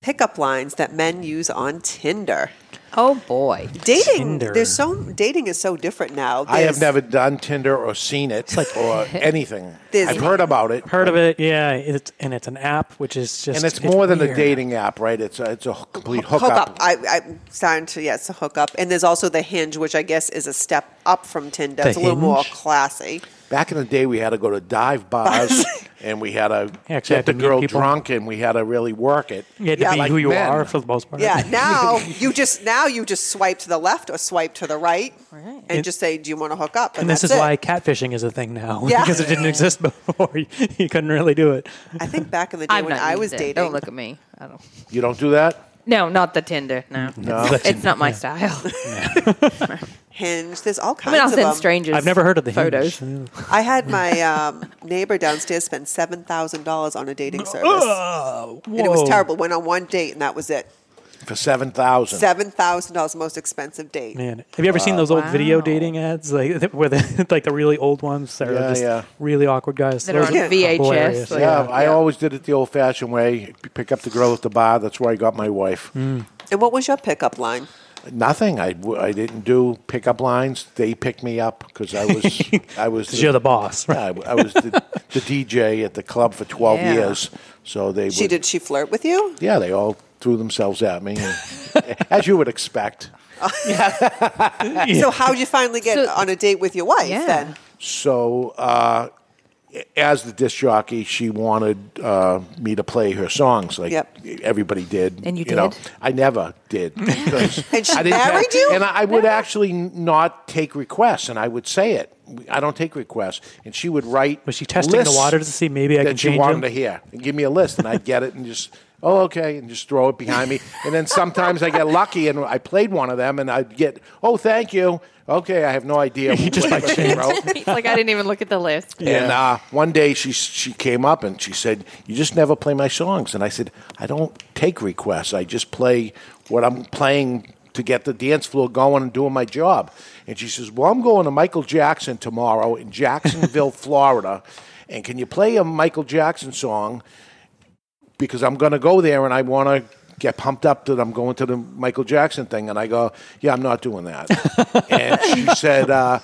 S4: pickup lines that men use on Tinder.
S3: Oh boy,
S4: dating.
S5: Tinder.
S4: There's so dating is so different now.
S5: I have
S4: There's-
S5: never done Tinder or seen it or anything.
S4: There's-
S5: I've heard about it.
S2: Heard of it? Yeah, it's and it's an app which is just
S5: and it's more than a
S2: weird.
S5: dating app, right? It's a, it's a complete
S4: Hook
S5: hookup.
S4: up. I, I'm starting to, yes, a hook up. And there's also the hinge, which I guess is a step up from Tinder.
S5: The
S4: it's a little more
S5: Hinge?
S4: classy.
S5: Back in the day, we had to go to dive bars and we had to
S2: actually had
S5: get the
S2: to meet
S5: girl
S2: people.
S5: drunk and we had to really work it.
S2: You had to be
S5: Like
S2: who you
S5: men.
S2: are for the most part.
S4: Yeah, now you just now you just swipe to the left or swipe to the right, and,
S2: And-
S4: just say, "Do you want to hook up?"
S2: And this is
S4: that's it.
S2: why catfishing is a thing now
S4: Yeah.
S2: because it didn't exist before. You, you couldn't really do it.
S4: I think back in the day
S3: I'm
S4: when
S3: not
S4: I
S3: used
S4: was
S3: it.
S4: dating,
S3: Don't look at me. I don't.
S5: You don't do that?
S3: No, not the Tinder. No,
S5: No.
S3: It's, it's not my
S5: Yeah.
S3: style.
S4: Hinge. There's all
S3: I
S4: kinds
S3: mean, I'll
S4: of
S3: send
S4: them.
S3: strangers.
S2: I've never heard of the
S3: photos.
S2: Hinge.
S4: I had my um, neighbor downstairs spend seven thousand dollars on a dating service, and it was
S5: whoa.
S4: terrible. Went on one date, and that was it.
S5: For 7000
S4: Seven thousand dollars, most expensive date.
S2: Man, have you ever seen those old video dating ads, like th- where the like the really old ones that
S5: Yeah,
S2: are just
S5: yeah.
S2: really awkward guys? Those are hilarious.
S5: Yeah, I always did it the old fashioned way. Pick up the girl at the bar. That's where I got my wife.
S2: Hmm.
S4: And what was your pickup line?
S5: Nothing. I, w- I didn't do pickup lines. They picked me up because I was I was
S2: 'Cause you're the boss,
S5: right? I, was the, the DJ at the club for twelve
S4: Yeah.
S5: years. So they
S4: She
S5: would-
S4: did she flirt with you?
S5: Yeah, they all threw themselves at me, and, as you would expect.
S4: So how'd you finally get on a date with your wife then?
S5: So uh, as the disc jockey, she wanted uh, me to play her songs like
S4: Yep.
S5: everybody did.
S4: And you
S5: know.
S4: did?
S5: I never did. because
S4: And she
S5: I didn't
S4: married
S5: have-
S4: you?
S5: And I, I would actually not take requests, and I would say it. I don't take requests. And she would write. Was she
S2: testing the waters to see maybe I
S5: that
S2: can
S5: she
S2: change
S5: wanted
S2: them?
S5: to hear? And give me a list, and I'd get it and just. Oh, okay, and just throw it behind me. And then sometimes I get lucky, and I played one of them, and I'd get, oh, thank you. Okay, I have no idea.
S3: just
S5: what
S3: by
S5: she wrote.
S3: It's like I didn't even look at the list.
S5: And uh, one day she she came up and she said, "You just never play my songs." And I said, "I don't take requests. I just play what I'm playing to get the dance floor going and doing my job." And she says, "Well, I'm going to Michael Jackson tomorrow in Jacksonville, Florida, and can you play a Michael Jackson song because I'm going to go there and I want to." Get pumped up that I'm going to the Michael Jackson thing, and I go, "Yeah, I'm not doing that." and she said, uh,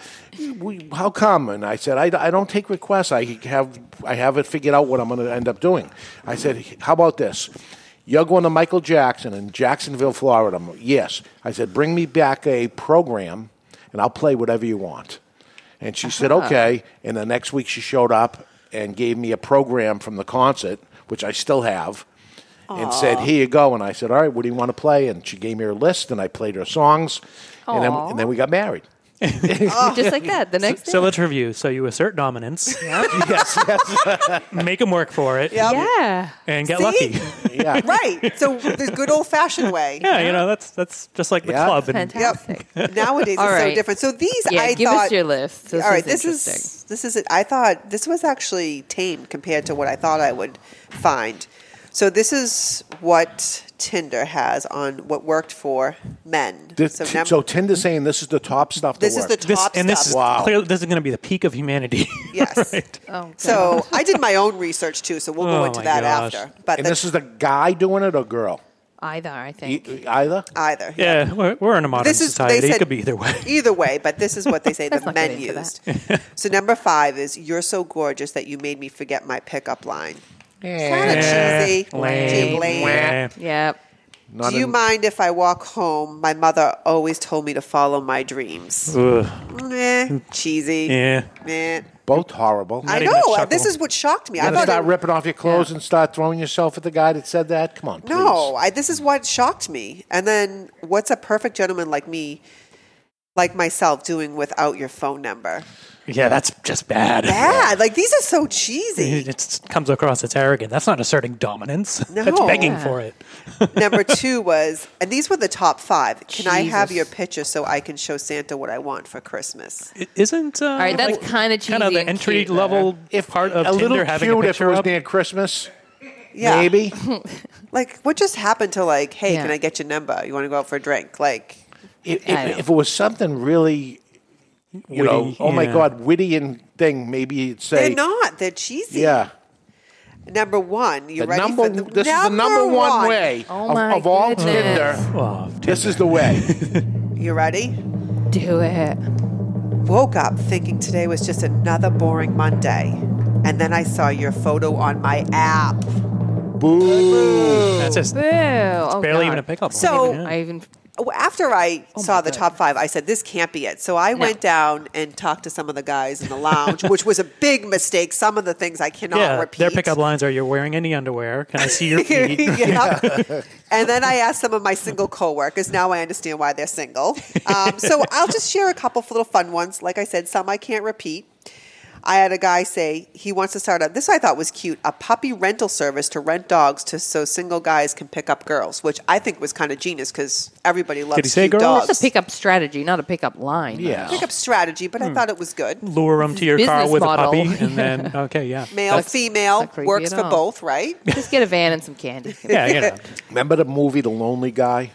S5: we, how come? And I said, I, I don't take requests. I have I have it figured out what I'm going to end up doing. I said, how about this? You're going to Michael Jackson in Jacksonville, Florida. I'm, yes. I said, bring me back a program, and I'll play whatever you want. And she said,
S14: Uh-huh.
S5: okay. And the next week she showed up and gave me a program from the concert, which I still have and said,
S14: Aw.
S5: "Here you go." And I said, "All right, what do you want to play?" And she gave me her list, and I played her songs, and then,
S3: Aw.
S5: and then we got married.
S3: Oh, Just like that. The next
S2: so,
S3: day.
S2: so let's review. So you assert dominance.
S5: yes, yes.
S2: Make them work for it.
S4: Yep.
S3: Yeah.
S2: And get
S4: See?
S2: lucky.
S5: yeah.
S4: Right. So the good old fashioned way.
S2: Yeah, you know that's that's just like the club. And
S4: Fantastic. Yep. Nowadays
S3: All
S4: it's so
S3: right.
S4: different. So these
S3: Yeah,
S4: I
S3: give us
S4: thought
S3: your list. This
S4: all right,
S3: is
S4: this is this is it. I thought this was actually tame compared to what I thought I would find. So this is what Tinder has on what worked for men.
S5: This,
S4: so Hmm?
S5: so, Tinder's saying this is the top stuff.
S4: This is the
S2: This,
S4: top
S2: and this
S4: stuff.
S2: is
S4: Wow.
S2: clearly this is going to be the peak of humanity.
S4: yes.
S3: Oh,
S4: So I did my own research too, so we'll go
S5: Oh
S4: into
S5: my
S4: that
S5: gosh.
S4: after. But
S5: and
S4: the-
S5: this is the guy doing it or girl?
S3: Either, I think.
S5: E- either.
S4: Either.
S2: Yeah, we're, we're in a modern
S4: This is- they
S2: society. it
S4: said-
S2: could be either way.
S4: Either way, but this is what they say
S3: Let's
S4: the
S3: not
S4: men
S3: get into
S4: used. so number five is "You're so gorgeous that you made me forget my pickup line." Kind of
S5: Yeah.
S4: cheesy.
S5: Lame.
S4: Lame.
S5: Lame.
S3: Yep.
S5: Not
S4: Do you
S5: in-
S4: mind if I walk home? My mother always told me to follow my dreams.
S5: Ugh.
S4: Meh. cheesy.
S5: Yeah.
S4: Meh.
S5: Both horrible.
S4: I know. This is what shocked me.
S5: You're
S4: I
S5: gonna
S4: thought
S5: start
S4: it-
S5: ripping off your clothes and start throwing yourself at the guy that said that. Come on.
S4: No, I, this is what shocked me. And then, what's a perfect gentleman like me, like myself, doing without your phone number?
S2: Yeah, that's just bad.
S4: Bad. Like these are so cheesy.
S2: It comes across as arrogant. That's not asserting dominance. That's
S4: No.
S2: begging
S4: Yeah.
S2: for it.
S4: Number two was, and these were the top five. Can I have
S2: Jesus.
S4: your picture so I can show Santa what I want for Christmas?
S2: I- Isn't uh,
S3: All right, that's kind of cheesy.
S2: kind of the
S3: and
S2: entry
S3: cute,
S2: level
S3: though.
S2: part of
S5: a
S2: Tinder
S5: little
S2: having
S5: cute
S2: a
S5: if it
S2: picture
S5: was
S2: up?
S5: near Christmas.
S4: Yeah.
S5: Maybe.
S4: like, what just happened to like, hey,
S5: Yeah.
S4: can I get your number? You want to go out for a drink? Like,
S5: If,
S4: I
S5: if,
S4: know.
S5: if it was something really, you know,
S4: Witty,
S5: oh my
S4: yeah.
S5: God, witty and thing, maybe you'd say.
S4: they're not. They're cheesy.
S5: Yeah.
S4: Number one, you
S5: The
S4: ready
S5: number,
S4: for the
S5: this is the number one, way
S4: Oh
S5: of,
S4: my
S5: of all
S4: goodness.
S5: Tinder.
S2: Oh,
S5: This is the way.
S4: You ready?
S3: Do it.
S4: Woke up thinking today was just another boring Monday, and then I saw your photo on my app.
S5: Boo!
S2: That's just
S3: Boo. Oh, It's
S2: barely even a pickup line.
S4: So-
S2: Yeah.
S3: I even Oh
S4: Well, After I saw the top five, I said, this can't be it. So I went down and talked to some of the guys in the lounge, which was a big mistake. Some of the things I cannot
S2: yeah,
S4: repeat.
S2: their pickup lines are: "You're wearing any underwear? Can I see your feet?"
S4: Yep. and then I asked some of my single coworkers. Now I understand why they're single. Um, so I'll just share a couple of little fun ones. Like I said, some I can't repeat. I had a guy say he wants to start up. This I thought was cute: a puppy rental service to rent dogs to so single guys can pick up girls, which I think was kind of genius because everybody loves cute dogs.
S3: That's a pickup strategy, not a pickup line.
S4: pickup strategy, but I
S3: Hmm.
S4: thought it was good.
S2: Lure them to your car
S3: Business
S2: with a
S3: model.
S2: puppy, and then okay, yeah,
S4: Male,
S2: That's-
S4: female,
S3: not creepy
S4: works
S3: at
S4: for
S3: all.
S4: both, right?
S3: Just get a van and some candy.
S5: Remember the movie The Lonely Guy? Do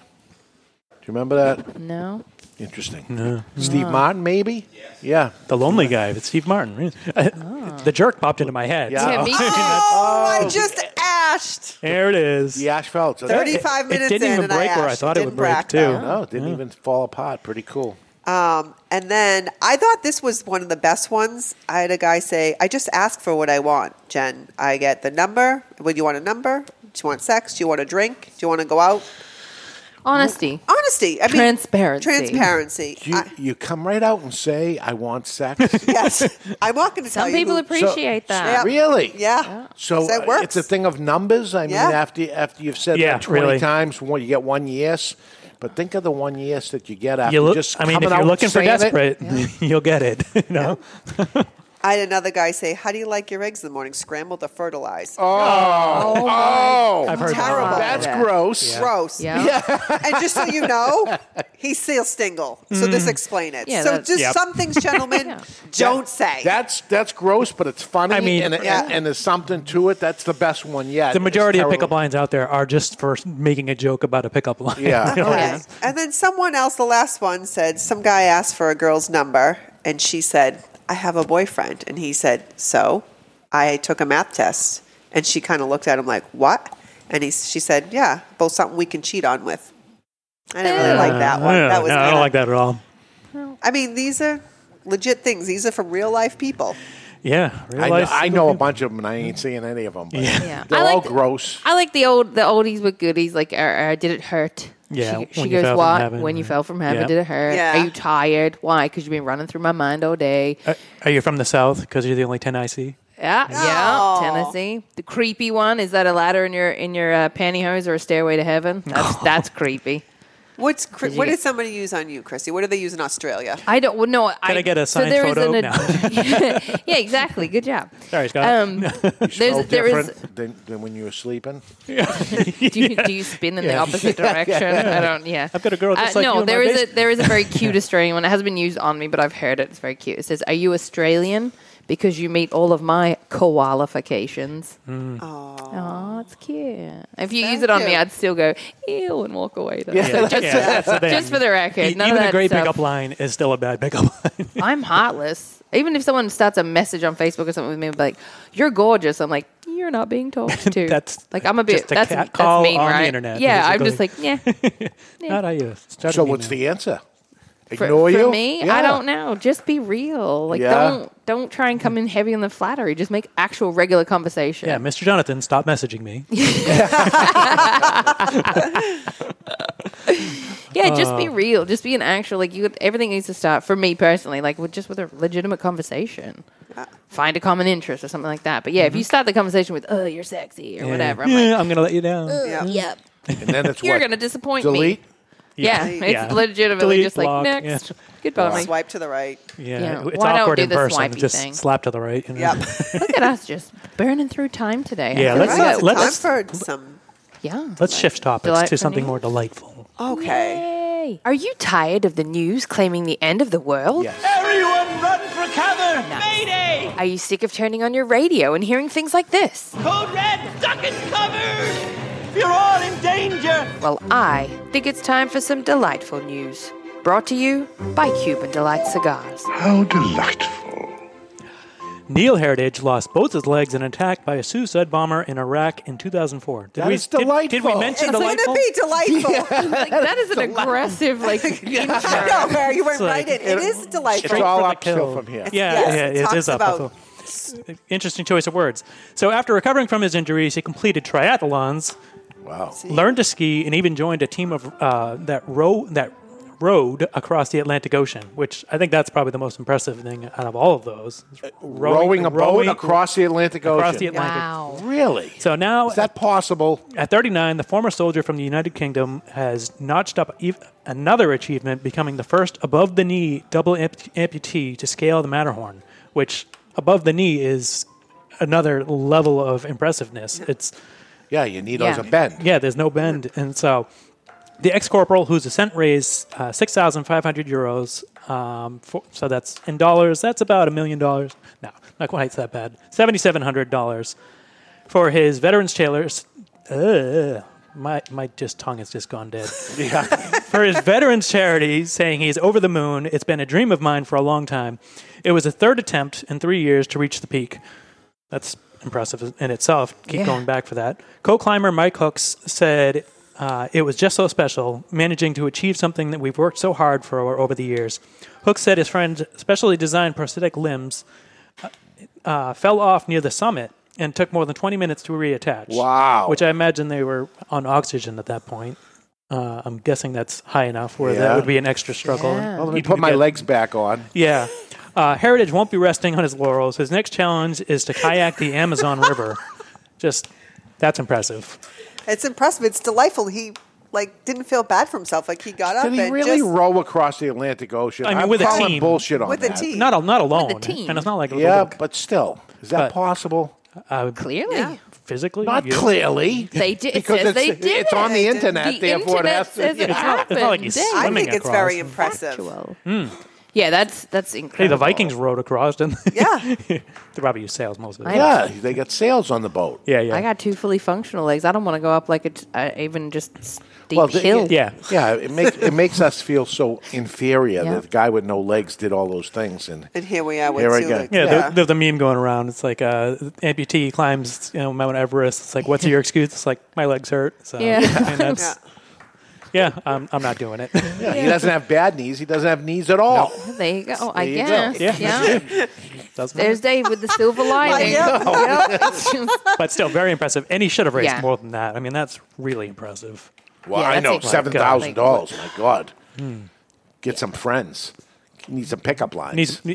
S5: you remember that?
S3: No.
S5: Interesting.
S2: No.
S5: Steve
S2: No.
S3: Mm.
S5: Martin, maybe? Yeah.
S2: The lonely guy. It's Steve Martin. really.
S3: Oh.
S2: The jerk popped into my head.
S5: Yeah.
S2: so-
S5: me
S4: Oh, I just ashed.
S2: There it is.
S5: The Asphalt.
S4: 35 minutes
S2: It didn't
S4: in
S2: even
S4: and I
S2: break where I
S4: ashed.
S2: thought it,
S4: Didn't
S2: would break
S4: crack,
S2: too.
S4: though.
S5: No, it didn't even fall apart. Pretty cool.
S4: Um, and then I thought this was one of the best ones. I had a guy say, I just ask for what I want, Jen. I get the number. Would you want a number? Do you want sex? Do you want a drink? Do you want to go out?
S3: Honesty.
S4: Honesty. I mean,
S3: Transparency.
S4: Transparency.
S5: You, you come right out and say, I want sex.
S4: yes. I'm not going to tell
S3: Some
S4: you.
S3: people
S4: who-
S3: appreciate
S5: So-
S3: that.
S5: Really?
S4: Yeah.
S5: So
S4: that
S5: uh,
S4: works.
S5: it's a thing of numbers. I mean,
S4: Yeah.
S5: after after you've said
S2: Yeah,
S5: that 20
S2: really.
S5: times, one, you get one yes. But think of the one yes that you get after
S2: You look,
S5: just
S2: I mean,
S5: coming
S2: if
S5: out
S2: you're
S5: and
S2: looking for
S5: saying it.
S2: desperate, you'll get it. You know?
S4: I had another guy say, "How do you like your eggs in the morning? Scrambled or fertilized?" Oh,
S5: Oh, oh. I've heard that.
S4: terrible.
S5: That's Yeah. gross. Yeah.
S4: Gross.
S5: Yeah.
S4: and just so you know, he's still single. So this
S5: Mm.
S4: explain it.
S5: Yeah,
S4: so
S5: that's-
S4: just
S5: Yep.
S4: some things, gentlemen, don't say.
S5: That's that's gross, but it's funny.
S4: I mean-
S5: and, and-
S4: Yeah.
S5: and there's something to it. That's the best one yet.
S2: the majority
S5: It's
S2: of
S5: terrible.
S2: pickup lines out there are just for making a joke about a pickup line.
S5: Yeah.
S2: You know?
S4: Okay. And then someone else, the last one, said some guy asked for a girl's number, and she said, "I have a boyfriend," and he said, "So." I took a math test, and she kind of looked at him like, "What?" And he, she said, "Yeah, both something we can cheat on with." I didn't really
S2: Uh,
S4: like that one.
S2: Yeah,
S4: That was
S2: no, I
S4: kinda-
S2: don't like that at all.
S4: I mean, these are legit things. These are from real life people.
S2: Yeah.
S5: I know,
S2: realize-
S5: I know a bunch of them, and I ain't seeing any of them. But
S3: Yeah.
S5: They're
S3: I
S5: all
S3: like
S5: gross.
S3: I like the old the oldies with goodies. Like, er, er, did it hurt?
S5: Yeah,
S3: She, she
S5: when you
S3: goes,
S5: fell from
S3: "What?
S5: heaven."
S3: When you fell from heaven,
S2: Yeah.
S3: did it hurt?
S4: Yeah.
S3: Are you tired? Why? Because you've been running through my mind all day.
S2: Are- Are you from the South? Because you're the only 10 I see.
S3: Yeah, yeah, Tennessee. The creepy one is that a ladder in your in your uh, pantyhose or a stairway to heaven? That's that's creepy.
S4: What's cr-
S3: Did you
S4: what
S3: get-
S4: did somebody use on you, Christy? What do they use in Australia?
S3: I don't well, no.
S2: Can I, get a
S3: so
S2: signed
S3: there is
S2: photo?
S3: an ad-
S2: now?
S3: yeah, exactly. Good job.
S2: Sorry, Scott.
S3: Um,
S5: Smell
S3: there's there is.
S5: different than, than when you were sleeping.
S3: Do you, do you spin in the
S5: Yeah.
S3: opposite
S5: Yeah, yeah,
S3: direction?
S5: yeah.
S3: I don't. Yeah.
S2: I've got a girl just
S3: Uh,
S2: like
S3: no,
S2: you in
S3: there
S2: my
S3: is a
S2: basement.
S3: there is a very cute Australian one. It hasn't been used on me, but I've heard it. It's very cute. It says, "Are you Australian? Because you meet all of my qualifications."
S2: Hmm.
S3: Oh, it's cute. If you use it on me,
S4: you.
S3: I'd still go ew and walk away. though.
S2: Yeah,
S3: So just,
S2: yeah, that's the thing.
S3: just for the record,
S2: E-
S3: none
S2: even
S3: of that
S2: a great
S3: stuff.
S2: pickup line is still a bad pickup line.
S3: I'm heartless. Even if someone starts a message on Facebook or something with me, I'm like, "You're gorgeous," I'm like, "You're not being talked to."
S2: That's
S3: like I'm a bit
S2: just a
S3: that's
S2: cat
S3: that's
S2: call
S3: mean,
S2: on the
S3: right?
S2: internet. You're
S3: Yeah,
S2: just
S3: I'm
S2: going-
S3: just like, yeah.
S2: Not I uh, use.
S5: So what's the answer?
S3: For,
S5: Ignore
S3: for
S5: you?
S3: me,
S5: Yeah.
S3: I don't know. Just be real. Like
S5: Yeah.
S3: don't don't try and come in heavy on the flattery. Just make actual regular conversation.
S2: Yeah, Mr. Jonathan, stop messaging me.
S3: Yeah, just be
S2: Uh.
S3: real. Just be an actual like you. Everything needs to start for me personally, like with just with a legitimate conversation.
S4: Uh,
S3: Find a common interest or something like that. But yeah, if you start the conversation with "Oh, you're sexy" or
S2: Mm-hmm. Yeah.
S3: whatever, I'm
S2: yeah,
S3: like,
S2: I'm gonna let you down.
S4: Mm,
S3: "Ugh, yep,
S5: And then it's
S3: you're
S5: what?
S3: gonna disappoint
S5: delete.
S3: me." Yeah,
S2: Yeah.
S3: it's
S2: Yeah.
S3: legitimately
S2: Delete,
S3: just
S2: block,
S3: like next.
S2: yeah.
S3: Goodbye. mate."
S4: Swipe to the right.
S2: Yeah,
S3: Yeah.
S2: it's
S3: Why don't
S2: awkward
S3: do
S2: in
S3: the
S2: person.
S3: swipey
S2: Just
S3: thing?
S2: slap to the right. You know?
S4: Yep.
S3: Look at us just burning through time today.
S2: Yeah,
S3: I feel
S2: let's-
S3: like-
S2: uh, It's let's-
S4: time for some.
S3: yeah.
S2: Let's shift topics
S3: Delight
S2: to
S3: for
S2: something
S3: me.
S2: more delightful.
S4: Okay.
S3: Yay. Are you tired of the news claiming the end of the world?
S6: Everyone run for cover! Mayday!
S3: Are you sick of turning on your radio and hearing things like this?
S6: Code red, duck and cover! You're all in danger!
S3: Well, I think it's time for some delightful news. Brought to you by Cuban Delight Cigars.
S2: How delightful. Neil Heritage lost both his legs in an attack by a suicide bomber in Iraq in 2004. Did
S5: That
S2: we,
S5: is
S2: did- Did,
S5: delightful.
S2: we mention
S4: It's going
S2: delightful?
S4: to
S5: Oh,
S4: be delightful.
S3: Like, that is an aggressive, like, intro.
S4: I know, Mary, you went
S2: It's
S4: right
S2: like-
S4: in. it is delightful.
S2: Straight from the kill. Yeah,
S4: Yes,
S2: yeah,
S4: it
S2: it is
S4: talks
S2: up.
S4: about-
S2: About... Interesting choice of words. So after recovering from his injuries, he completed triathlons,
S5: wow.
S2: learned to ski, and even joined a team of uh, that row that rowed across the Atlantic Ocean. Which I think that's probably the most impressive thing out of all of those. is
S5: Uh, Rowing, a boat
S2: rowing
S5: across the Atlantic Ocean.
S2: across the Atlantic.
S5: Really?
S2: So now,
S5: Is that possible?
S2: at 39, the former soldier from the United Kingdom has notched up ev- another achievement, becoming the first above the knee double amp- amputee to scale the Matterhorn, which above the knee is another level of impressiveness. It's
S5: Yeah, you need
S2: yeah.
S5: those a bend.
S2: Yeah, there's no bend, and so the ex corporal whose ascent raised uh, six thousand five hundred euros. Um, for, so that's in dollars. That's about a million dollars. No, not quite that bad. Seventy seven hundred dollars for his veterans tailors. Ugh, my my just tongue has just gone dead. yeah. For his veterans charity, saying he's over the moon. It's been a dream of mine for a long time. It was a third attempt in three years to reach the peak. That's impressive in itself. Keep
S3: Yeah.
S2: going back for that. Co climber Mike Hooks said, uh, It was just so special managing to achieve something that we've worked so hard for o- over the years. Hooks said his friend specially designed prosthetic limbs uh, uh, fell off near the summit and took more than 20 minutes to reattach.
S5: Wow.
S2: Which I imagine they were on oxygen at that point. Uh, I'm guessing that's high enough where
S5: Yeah.
S2: that would be an extra struggle.
S5: Yeah. Well, let me
S2: He'd
S5: put my
S2: get-
S5: legs back on.
S2: Yeah. Uh, Heritage won't be resting on his laurels. His next challenge is to kayak the Amazon River. Just, that's impressive.
S4: It's impressive. It's delightful. He like didn't feel bad for himself. Like he got up
S5: Did he
S4: and
S5: really
S4: just
S5: row across the Atlantic Ocean?
S2: I mean,
S5: am
S2: with a
S5: calling
S2: team.
S5: bullshit on
S4: With a
S5: that.
S4: team.
S2: Not, al- not alone.
S4: team.
S2: And it's not like a
S5: Yeah,
S2: little
S5: but still. Is that possible?
S2: Uh,
S3: Clearly.
S2: Physically?
S5: Not
S2: yeah.
S5: clearly.
S3: They did.
S5: Because
S3: it says
S5: it's-
S3: they did.
S5: it's on the
S3: it.
S5: internet, therefore it
S3: internet
S5: has to-
S3: says it
S5: It's not- it's not like he's
S3: happened.
S4: I
S2: swimming
S4: think it's
S2: across.
S4: very impressive.
S2: Hmm.
S3: Yeah, that's that's
S2: Hey,
S3: incredible.
S2: the Vikings rowed across, didn't they?
S4: Yeah.
S2: they probably used sails most of the
S3: Yeah,
S2: time.
S5: they got sails on the boat.
S2: Yeah, yeah.
S3: I got two fully functional legs. I don't want to go up like a t- uh, even just steep
S5: Well, the-
S3: hill.
S5: yeah. It makes it makes us feel so inferior
S3: Yeah.
S5: that the guy with no legs did all those things, and
S4: And here we are with
S5: Here we
S4: two
S5: go.
S4: legs.
S2: Yeah, there- there's the meme going around. It's like uh, amputee climbs you know, Mount Everest. It's like, what's your excuse? It's like my legs hurt. So,
S3: Yeah.
S2: I mean, that's, yeah. I'm, I'm not doing it.
S5: yeah, he doesn't have bad knees. He doesn't have knees at all.
S3: There you go. I
S5: There you go.
S3: guess.
S5: Yeah.
S3: Yeah.
S2: Doesn't
S3: There's Dave with the silver lining.
S2: know.
S3: Yep. It's just-
S2: but still, very impressive. And he should have raised
S3: Yeah.
S2: more than that. I mean, that's really impressive.
S5: Well, I know seven thousand dollars. My God,
S2: Hmm.
S5: get some friends. You need some pickup lines.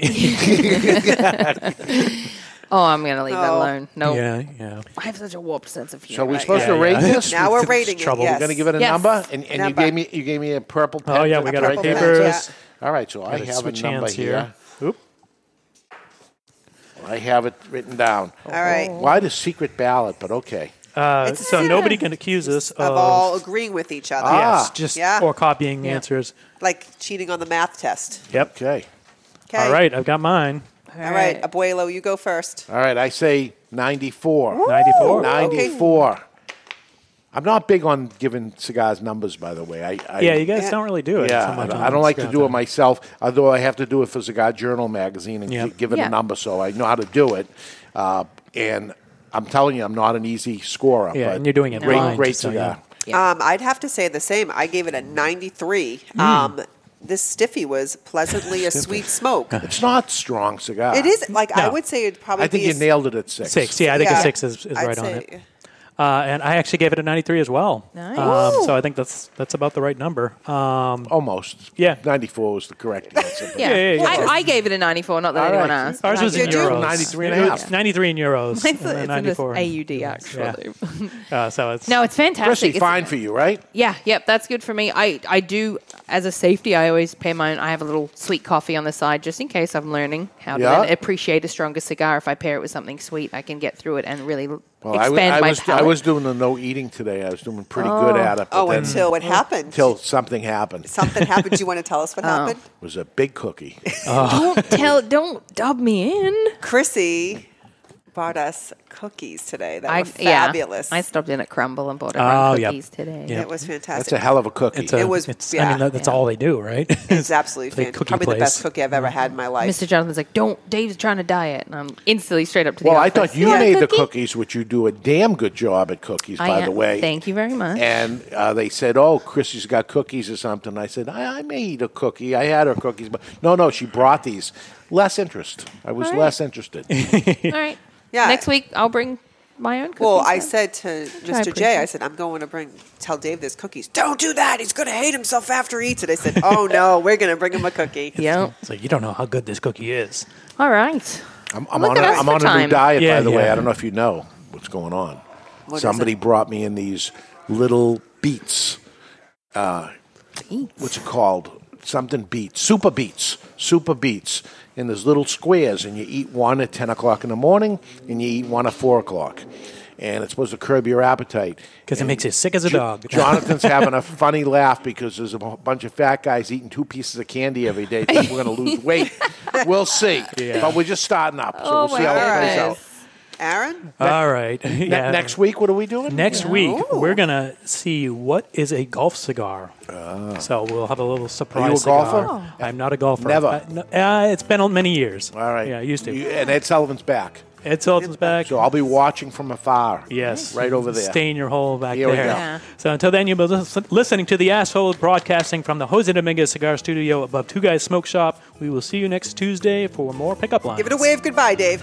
S3: oh, I'm gonna leave that
S4: Oh.
S3: alone. No.
S5: Yeah, yeah.
S3: I have such a warped sense of humor.
S5: So we're supposed to rate this.
S4: Now we're rating it,
S5: Trouble.
S4: yes.
S5: We're going to give it a
S4: Yes.
S5: number, and, and
S4: Number.
S5: you gave me you gave me a purple.
S2: Oh, yeah, we got our
S5: purple pen.
S2: papers.
S5: All right, so I
S2: Gotta
S5: have a
S2: switch
S5: number
S2: hands here.
S5: here.
S2: Oop.
S5: I have it written down. All
S4: right.
S5: Oh. Why the secret ballot? But okay.
S2: Uh,
S4: It's a
S2: so
S4: sin.
S2: nobody can accuse us
S4: of
S2: of,
S4: all agreeing with each other.
S5: Ah.
S2: yes, just
S4: yeah.
S2: or copying
S4: Yeah.
S2: answers.
S4: like cheating on the math test.
S2: Yep.
S5: Okay.
S4: Okay.
S2: All right, I've got mine.
S4: All right, Abuelo, you go first.
S5: All right, I say 94.
S2: 94.
S4: okay.
S5: 94. I'm not big on giving cigars numbers, by the way. I, I
S2: Yeah, you guys don't really do it
S5: Yeah,
S2: so much
S5: I don't-
S2: on
S5: I don't like to
S2: Cigar
S5: do it
S2: Time.
S5: myself, although I have to do it for Cigar Journal magazine and gi- give it
S2: Yeah.
S5: a number, so I know how to do it. Uh, and I'm telling you, I'm not an easy scorer.
S2: Yeah,
S5: but
S2: and you're doing it
S5: great,
S2: blind,
S5: great
S2: so,
S5: cigar.
S4: Um, I'd have to say the same. I gave it a 93.
S3: Hmm.
S4: Um, this stiffy was pleasantly a sweet smoke.
S5: It's not strong cigar.
S4: It is like I
S2: No.
S4: would say it'd probably.
S5: I think
S4: be
S5: you
S4: a s-
S5: nailed it at six.
S2: Six, yeah, I think
S4: Yeah.
S2: a six is, is
S4: I'd
S2: right on
S4: say-
S2: it. Uh, and I actually gave it a 93 as well.
S4: Nice.
S2: Um,
S4: Woo.
S2: so I think that's that's about the right number. Um,
S5: Almost.
S2: Yeah.
S5: 94 was the correct answer.
S3: Yeah. I, I gave it a 94, not that
S5: All
S3: anyone
S5: right.
S3: asked.
S2: Ours
S3: but
S2: was
S3: I
S2: in
S3: did.
S2: euros.
S5: 93 and a half.
S2: It's 93 in euros.
S3: Mine's-
S2: and then
S3: it's in this
S2: 94.
S3: AUD,
S2: actually. Uh, so it's
S3: No, it's fantastic.
S5: Chrissy,
S3: It's-
S5: fine for you, right?
S3: Yeah, yep, that's good for me. I, I do, as a safety, I always pay my own. I have a little sweet coffee on the side just in case I'm learning how to
S5: Yeah.
S3: then appreciate a stronger cigar. If I pair it with something sweet, I can get through it and really l-
S5: Well, I,
S3: expand
S5: w- I
S3: my
S5: was
S3: palate.
S5: I was doing the no eating today. I was doing pretty good
S3: Oh.
S5: at it.
S4: Oh, until what happened?
S5: Until something happened.
S4: Something happened. Do you want to tell us what happened?
S5: It was a big cookie.
S4: Oh.
S3: Oh. Don't tell. Don't dub me in.
S4: Chrissy brought us cookies today that
S3: I,
S4: were fabulous.
S3: Yeah, I stopped in at Crumble and bought her
S2: Oh,
S3: own
S2: yep.
S3: cookies today.
S2: Yep.
S4: It was fantastic.
S5: That's a hell of a cookie.
S2: It's a,
S4: It was-
S2: It's, I
S4: yeah.
S2: mean, that, that's all they do, right?
S4: It's absolutely
S2: Like
S4: fantastic.
S2: cookie
S4: Probably the
S2: place.
S4: best cookie I've ever had in my life.
S3: Mr. Jonathan's like, don't. Dave's trying to diet, and I'm instantly straight up to the
S5: well, I
S3: office.
S5: thought you
S3: want a
S5: made the
S3: cookie?
S5: cookies, which you do a damn good job at cookies,
S3: I
S5: by
S3: am.
S5: the way.
S3: Thank you very much.
S5: And uh, they said, "Oh, Chrissy's got cookies or something." I said, I, "I may eat a cookie. I had her cookies, but no, no, she brought these. Less interest. I was
S3: All right.
S5: less interested."
S3: All right.
S4: Yeah.
S3: Next week I'll bring my own cookies.
S4: Well, I
S3: then.
S4: said to
S3: I
S4: Mr.
S3: appreciate
S4: J, I said, I'm going to bring, tell Dave there's cookies. Don't do that. He's going to hate himself after he eats it. I said, oh no, we're going to bring him a cookie.
S3: Yeah.
S2: so you don't know how good this cookie is.
S3: All right.
S5: I'm, I'm
S3: Look
S5: on, a,
S3: at us
S5: I'm
S3: for
S5: on a
S3: time.
S5: new diet,
S2: Yeah,
S5: by the way.
S2: yeah.
S5: I don't know if you know what's going on.
S4: What is
S5: Somebody
S4: it?
S5: brought me in these little beets. Uh, What's it called? Something beets. Super beets. Super beets. In these little squares, and you eat one at 10 o'clock in the morning, and you eat one at 4 o'clock. And it's supposed to curb your appetite.
S2: Because it makes you sick as a
S5: Jo-
S2: dog.
S5: Jonathan's having a funny laugh because there's a bunch of fat guys eating two pieces of candy every day. Think we're going to lose weight. We'll see. But we're just starting up, so
S4: Oh
S5: we'll
S4: my
S5: see how it plays out.
S4: goodness. Aaron?
S2: All right.
S5: Ne-
S2: yeah.
S5: next Oh. week, what are we doing?
S2: Next week, we're going to see what is a golf cigar. So we'll have a little surprise.
S5: Are you a
S2: cigar.
S5: golfer? Oh.
S2: I'm not a golfer.
S5: Never.
S2: I- no, uh, it's been many years. All
S5: right.
S2: Yeah, I used to.
S5: You- and Ed Sullivan's back.
S2: Ed Sullivan's back.
S5: So I'll be watching from afar.
S2: Yes.
S5: Right over there.
S2: Stain your hole back
S5: Here we
S2: there.
S5: go. Yeah.
S2: So until then, you'll be lis- listening to the asshole broadcasting from the Jose Dominguez Cigar Studio above Two Guys Smoke Shop. We will see you next Tuesday for more pickup lines.
S4: Give it a wave goodbye, Dave.